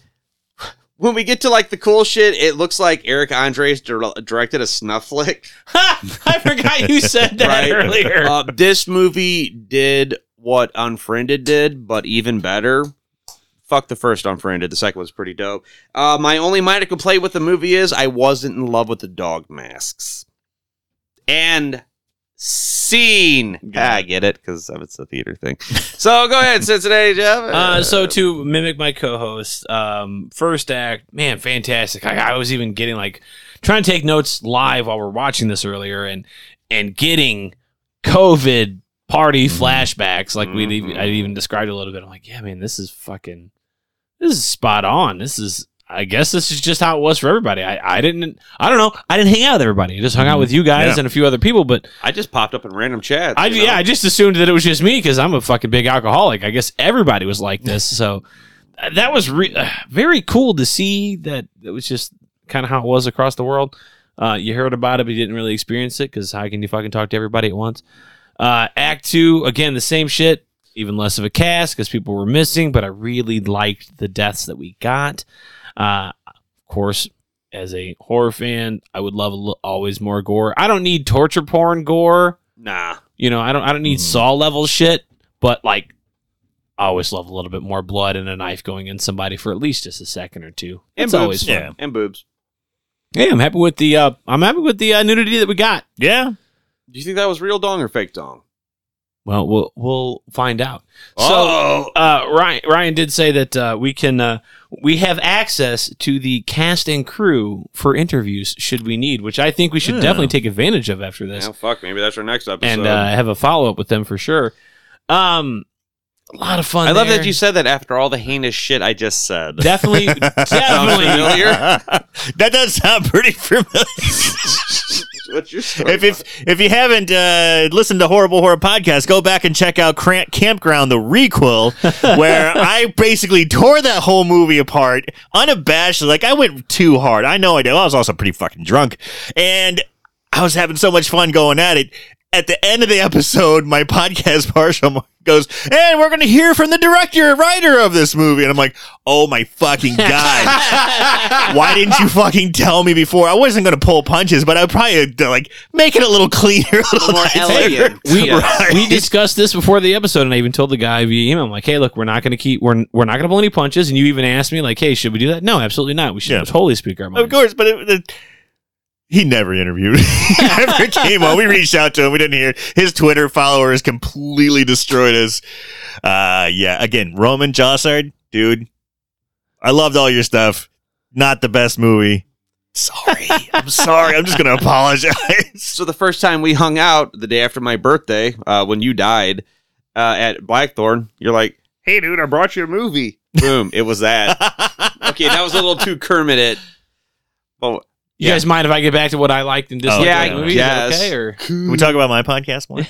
when we get to like the cool shit, it looks like Eric Andres dir- directed a snuff flick. I forgot you said that Right. earlier. Uh, this movie did what Unfriended did, but even better. Fuck the first Unfriended. The second one's pretty dope. Uh, my only minor complaint with the movie is I wasn't in love with the dog masks. And scene. Ah, I get it because it's a theater thing. so go ahead, Cincinnati Jeff. Uh, so to mimic my co-host, um, first act, man, fantastic. I, I was even getting like trying to take notes live while we're watching this earlier, and and getting COVID party flashbacks, like we would I even described a little bit. I'm like, yeah, man, this is fucking, this is spot on. This is. I guess this is just how it was for everybody. I, I didn't I don't know. I didn't hang out with everybody. I just hung out with you guys Yeah. and a few other people, but I just popped up in random chats. I you know? yeah, I just assumed that it was just me because I'm a fucking big alcoholic. I guess everybody was like this. So uh, that was re- uh, very cool to see that it was just kind of how it was across the world. Uh, you heard about it, but you didn't really experience it because how can you fucking talk to everybody at once? Uh, act two, again, the same shit, even less of a cast because people were missing, but I really liked the deaths that we got. Uh, of course, as a horror fan, I would love a li- always more gore. I don't need torture porn gore. Nah. You know, I don't I don't Hmm. need saw level shit, but like I always love a little bit more blood and a knife going in somebody for at least just a second or two. And It's boobs. always fun. Yeah. And boobs. Yeah, I'm happy with the uh I'm happy with the uh, nudity that we got. Yeah. Do you think that was real dong or fake dong? Well, we'll we'll find out. Oh, So, uh, Ryan Ryan did say that uh, we can uh, we have access to the cast and crew for interviews should we need, which I think we should Yeah. definitely take advantage of after this. Oh fuck, maybe that's our next episode. and uh, have a follow up with them for sure. Um, a lot of fun. I love there. that you said that after all the heinous shit I just said. definitely, definitely. familiar? that does sound pretty familiar. What's your story? if, if if you haven't uh, listened to Horrible Horror Podcast, go back and check out Cramp Campground the Requel, where I basically tore that whole movie apart unabashedly. Like I went too hard. I know I did. I was also pretty fucking drunk, and I was having so much fun going at it. At the end of the episode, my podcast partial goes, and we're going to hear from the director and writer of this movie. And I'm like, oh my fucking God. Why didn't you fucking tell me before? I wasn't gonna pull punches, but I probably uh, like make it a little cleaner, a little more nicer. elegant. We, Right. we discussed this before the episode, and I even told the guy via email, I'm like, "Hey, look, we're not going to keep we're we're not going to pull any punches." And you even asked me, like, "Hey, should we do that?" No, absolutely not. We should Yeah. totally speak our minds. Of course, but it, it, he never interviewed. he never came on. We reached out to him. We didn't hear his Twitter followers completely destroyed us. Uh, yeah. Again, Roman Jossard, dude. I loved all your stuff. Not the best movie. Sorry, I'm sorry. I'm just gonna apologize. so the first time we hung out the day after my birthday, uh, when you died uh, at Blackthorn, you're like, "Hey, dude, I brought you a movie." Boom! It was that. okay, that was a little too Kermit. It. But You guys mind if I get back to what I liked and disliked? Oh, yeah, in the I movie? Is that guess. Okay, or Can we talk about my podcast more?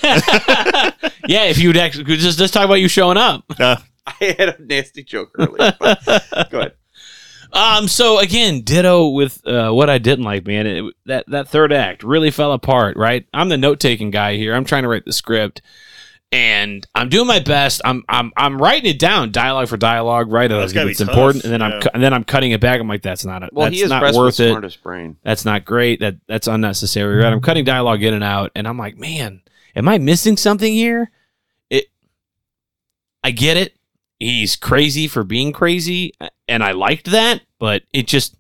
yeah, if you would actually could just just talk about you showing up. I had a nasty joke earlier. but- go ahead. Um, so again, ditto with uh, what I didn't like, man. It, that that third act really fell apart, right? I'm the note taking guy here. I'm trying to write the script, and I'm doing my best. I'm I'm I'm writing it down, dialogue for dialogue, right? That's gotta be it's tough, important, and then I'm yeah. cu- and then I'm cutting it back. I'm like, that's not it. Well, that's he is not Brett's worth it. smartest brain. That's not great. That that's unnecessary, right? I'm cutting dialogue in and out, and I'm like, man, am I missing something here? It, I get it. He's crazy for being crazy, and I liked that, but it just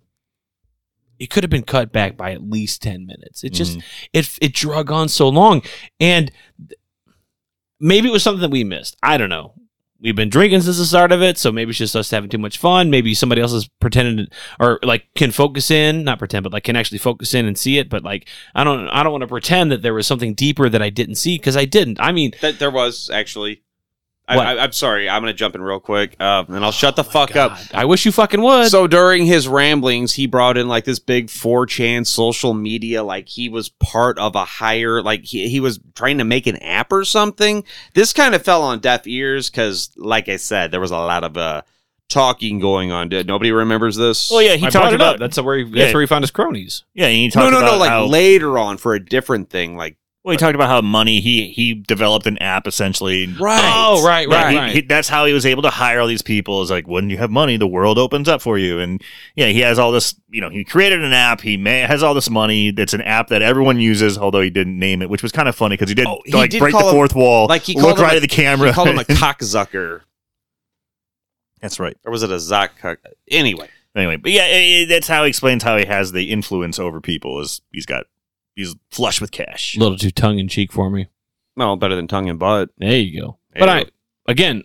it could have been cut back by at least ten minutes. It just it it drug on so long, and th- maybe it was something that we missed. I don't know. we've been drinking since the start of it, so maybe it's just us having too much fun. Maybe somebody else is pretending or like can focus in, not pretend, but like can actually focus in and see it. But like I don't I don't want to pretend that there was something deeper that I didn't see because I didn't. I mean, That there was actually. I, What? Oh I, I'm sorry. I'm gonna jump in real quick, uh, and I'll shut the fuck up. I wish you fucking would. So during his ramblings, he brought in like this big 4chan social media, like he was part of a higher, like he, he was trying to make an app or something. This kind of fell on deaf ears because, like I said, there was a lot of uh, talking going on. Did nobody remembers this? Well, yeah, he I brought talked it about up. That's where he, that's Yeah. where he found his cronies. yeah, and he talked no, no, about no. Like how, later on for a different thing, like well, he talked about how money he he developed an app essentially. right. Oh, right, That right, he- right. he- that's how he was able to hire all these people. Is like when you have money, the world opens up for you. And yeah, he has all this. You know, he created an app. He may, has all this money. That's an app that everyone uses, although he didn't name it, which was kind of funny because he did Oh, he like did break call the him- fourth wall, like, he called look him right a- at the camera. He called him a cockzucker, that's right. or was it a zock? Cock- anyway, Anyway, but yeah, i i- that's how he explains how he has the influence over people. Is he's got he's flush with cash. A little too tongue in cheek for me. no, better than tongue and butt. There you go. There but you I again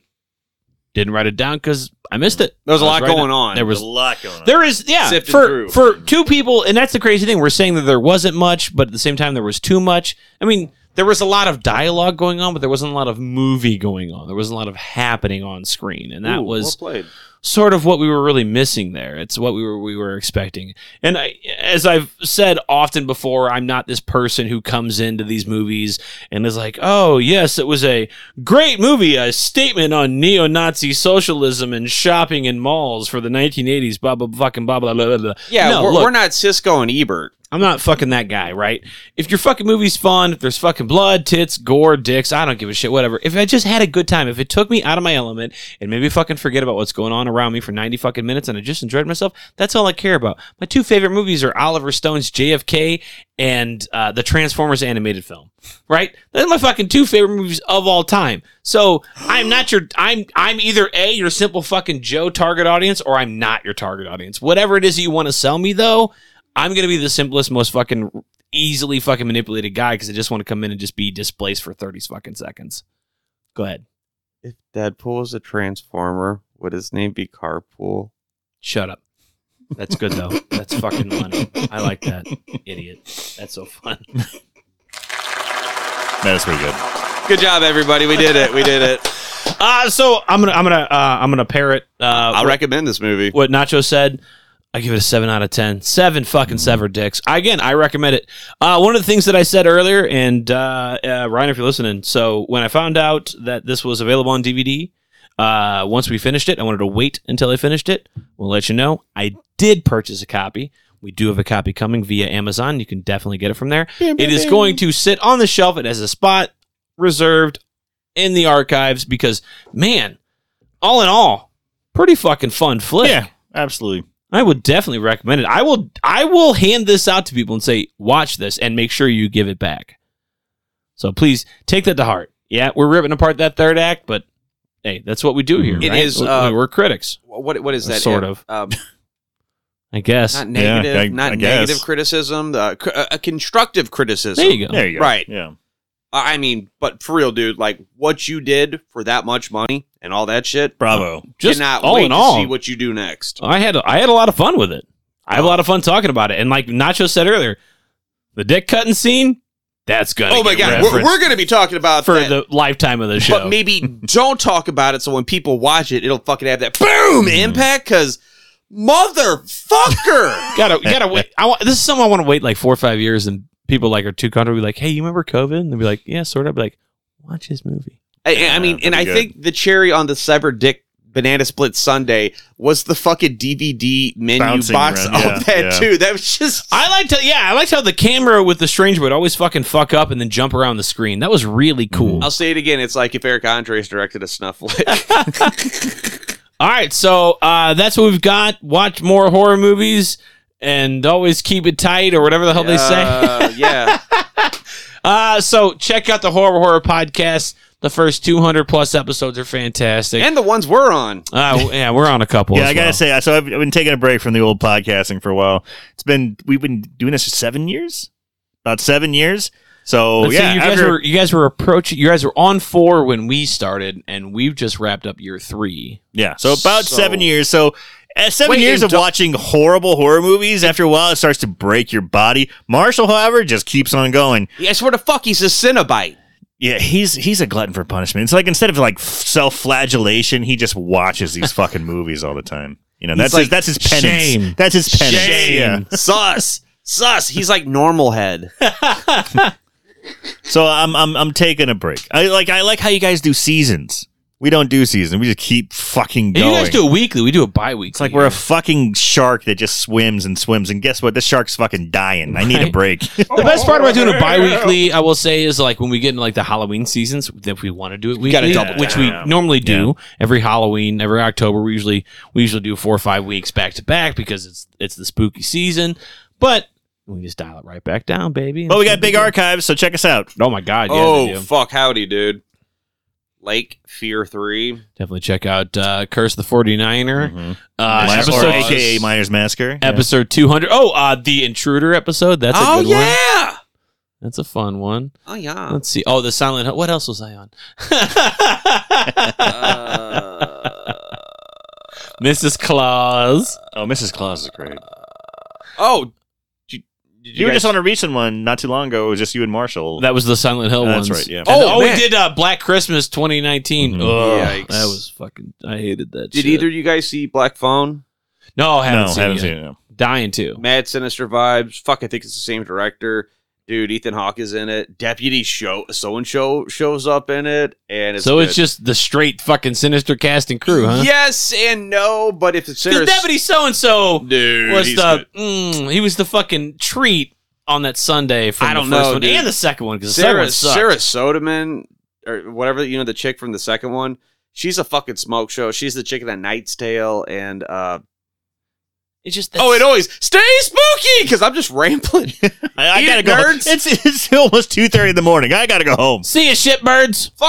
didn't write it down because I missed it. There was a I lot writing- going on. There There's was a lot going on. There is, yeah. Sifted for through. for two people, and that's the crazy thing. We're saying that there wasn't much, but at the same time, there was too much. I mean, there was a lot of dialogue going on, but there wasn't a lot of movie going on. There wasn't a lot of happening on screen, and that Ooh, was well played. sort of what we were really missing there. It's what we were we were expecting. And I, as I've said often before, I'm not this person who comes into these movies and is like, "Oh yes, it was a great movie, a statement on neo-Nazi socialism and shopping in malls for the 1980s." Blah blah fucking blah blah blah blah. blah. Yeah, No, we're, look, we're not Cisco and Ebert. I'm not fucking that guy, right? If your fucking movie's fun, if there's fucking blood, tits, gore, dicks, I don't give a shit, whatever. If I just had a good time, if it took me out of my element and made me fucking forget about what's going on around me for 90 fucking minutes and I just enjoyed myself, that's all I care about. My two favorite movies are Oliver Stone's JFK and uh, the Transformers animated film, right? Those are my fucking two favorite movies of all time. So I'm not your, I'm, I'm either A, your simple fucking Joe target audience or I'm not your target audience. Whatever it is that you want to sell me though, I'm gonna be the simplest, most fucking easily fucking manipulated guy because I just want to come in and just be displaced for 30 fucking seconds. Go ahead. If Deadpool is a transformer, would his name be Carpool? Shut up. That's good though. That's fucking funny. I like that. Idiot. That's so fun. That's pretty good. Good job, everybody. We did it. We did it. Uh so I'm gonna I'm gonna uh, I'm gonna parrot uh I'll recommend this movie. what Nacho said. I give it a seven out of ten. Seven fucking severed dicks. Again, I recommend it. Uh, one of the things that I said earlier, and uh, uh, Ryan, if you're listening, so when I found out that this was available on DVD, uh, once we finished it, I wanted to wait until I finished it. We'll let you know. I did purchase a copy. We do have a copy coming via Amazon. You can definitely get it from there. It is going to sit on the shelf. It has a spot reserved in the archives because, man, all in all, pretty fucking fun flick. Yeah, absolutely. I would definitely recommend it. I will I will hand this out to people and say, watch this and make sure you give it back. So please take that to heart. Yeah, we're ripping apart that third act, but hey, that's what we do here. It right? is, We- uh, we're critics, What what is that? Sort of. Um, I guess. not negative, I- not I guess. negative criticism. Uh, cr- uh, a constructive criticism. There you go. There you go. Right. Yeah. I I mean, but for real, dude, like what you did for that much money and all that shit. Bravo. Just cannot all wait in to all, see what you do next. I had I had a lot of fun with it. I Oh. had a lot of fun talking about it, and like Nacho said earlier, the dick cutting scene that's gonna Oh my get god, we're, referenced we're going to be talking about for that, the lifetime of the show. but maybe don't talk about it so when people watch it, it'll fucking have that boom Mm. impact because motherfucker. gotta gotta wait. I want this is something I want to wait like four or five years, and people like are too comfortable. Be like, hey, you remember COVID? And they'll be like, yeah, sort of. Be like, watch his movie. I, I mean, and pretty I good. think the cherry on the severed dick banana split Sunday was the fucking DVD menu Bouncing box around, yeah, of that yeah. too. That was just I liked, how, yeah, I liked how the camera with the stranger would always fucking fuck up and then jump around the screen. That was really Mm-hmm. cool. I'll say it again. It's like if Eric Andres directed a snuff flick. All right, so uh, that's what we've got. Watch more horror movies and always keep it tight or whatever the hell they say. Uh, yeah. Uh, so check out the horror horror podcast. The first 200 plus episodes are fantastic. And the ones we're on. uh, yeah, we're on a couple. Yeah, as I gotta well. say, so I've, I've been taking a break from the old podcasting for a while. It's been we've been doing this for seven years, about seven years. So But yeah, so you guys after- were you guys were approaching. You guys were on four when we started, and we've just wrapped up year three. yeah. So about So- seven years. So. At seven Wait, years and of don't- watching horrible horror movies, after a while it starts to break your body. Marshall, however, just keeps on going. Yeah, I swear to fuck, he's a Cenobite. Yeah, he's he's a glutton for punishment. It's like instead of like self flagellation, he just watches these fucking movies all the time. You know, that's like, his, that's his penance. "Shame. That's his penance. Yeah. Shame. Sus. Sus. He's like normal head. So I'm I'm I'm taking a break. I like I like how you guys do seasons. We don't do season. We just keep fucking And going. you guys do it weekly. We do it bi-weekly. it's like we're a fucking shark that just swims and swims. And guess what? This shark's fucking dying. I need a Right. break. the best part about doing it bi-weekly, I will say, is like when we get into like the Halloween seasons, if we want to do it gotta weekly, double which we normally do every Halloween, every October, we usually we usually do four or five weeks back to back because it's it's the spooky season. But we just dial it right back down, baby. but we got big archives, so check us out. Oh my god! Yeah, they oh, do. fuck, howdy, dude. Lake Fear 3. definitely check out uh, Curse of the 49er, Mm-hmm. uh, Minor- or episode AKA Miners Massacre. Yeah. episode 200. Oh, uh, the Intruder episode. That's a oh, good one. yeah. That's a fun one. Oh, yeah. Let's see. Oh, the Silent Hill. What else was I on? Uh, Mrs. Claus. Oh, Mrs. Claus is great. oh, did you, did You, were just on a recent one not too long ago. It was just you and Marshall. That was the Silent Hill That's ones. right, yeah. And- oh, Oh, we man. did uh, Black Christmas 2019. Mhm. Ugh, Yikes. that was fucking. I hated that. Did shit. either of you guys see Black Phone? No, I haven't no, seen haven't it. seen yet. it. no. Dying to. Mad Sinister vibes. Fuck, I think it's the same director. Dude, Ethan Hawke is in it. Deputy show so and show shows up in it, and it's so it's good. just the straight fucking sinister cast and crew, huh? yes and no. But if it's Because serious, Deputy So and So dude, was he's the good. mm, he was the fucking treat on that Sunday from I don't the first know, one dude. and the second one because the second Sarah one sucked. Sarah Soderman or whatever you know the chick from the second one. She's a fucking smoke show. She's the chick in A Knight's Tale, and uh, It's just oh, it always stay spooky because I'm just rambling. I, I Eat gotta it, go. home. nerds. It's it's almost two thirty in the morning. I gotta go home. see you shit birds.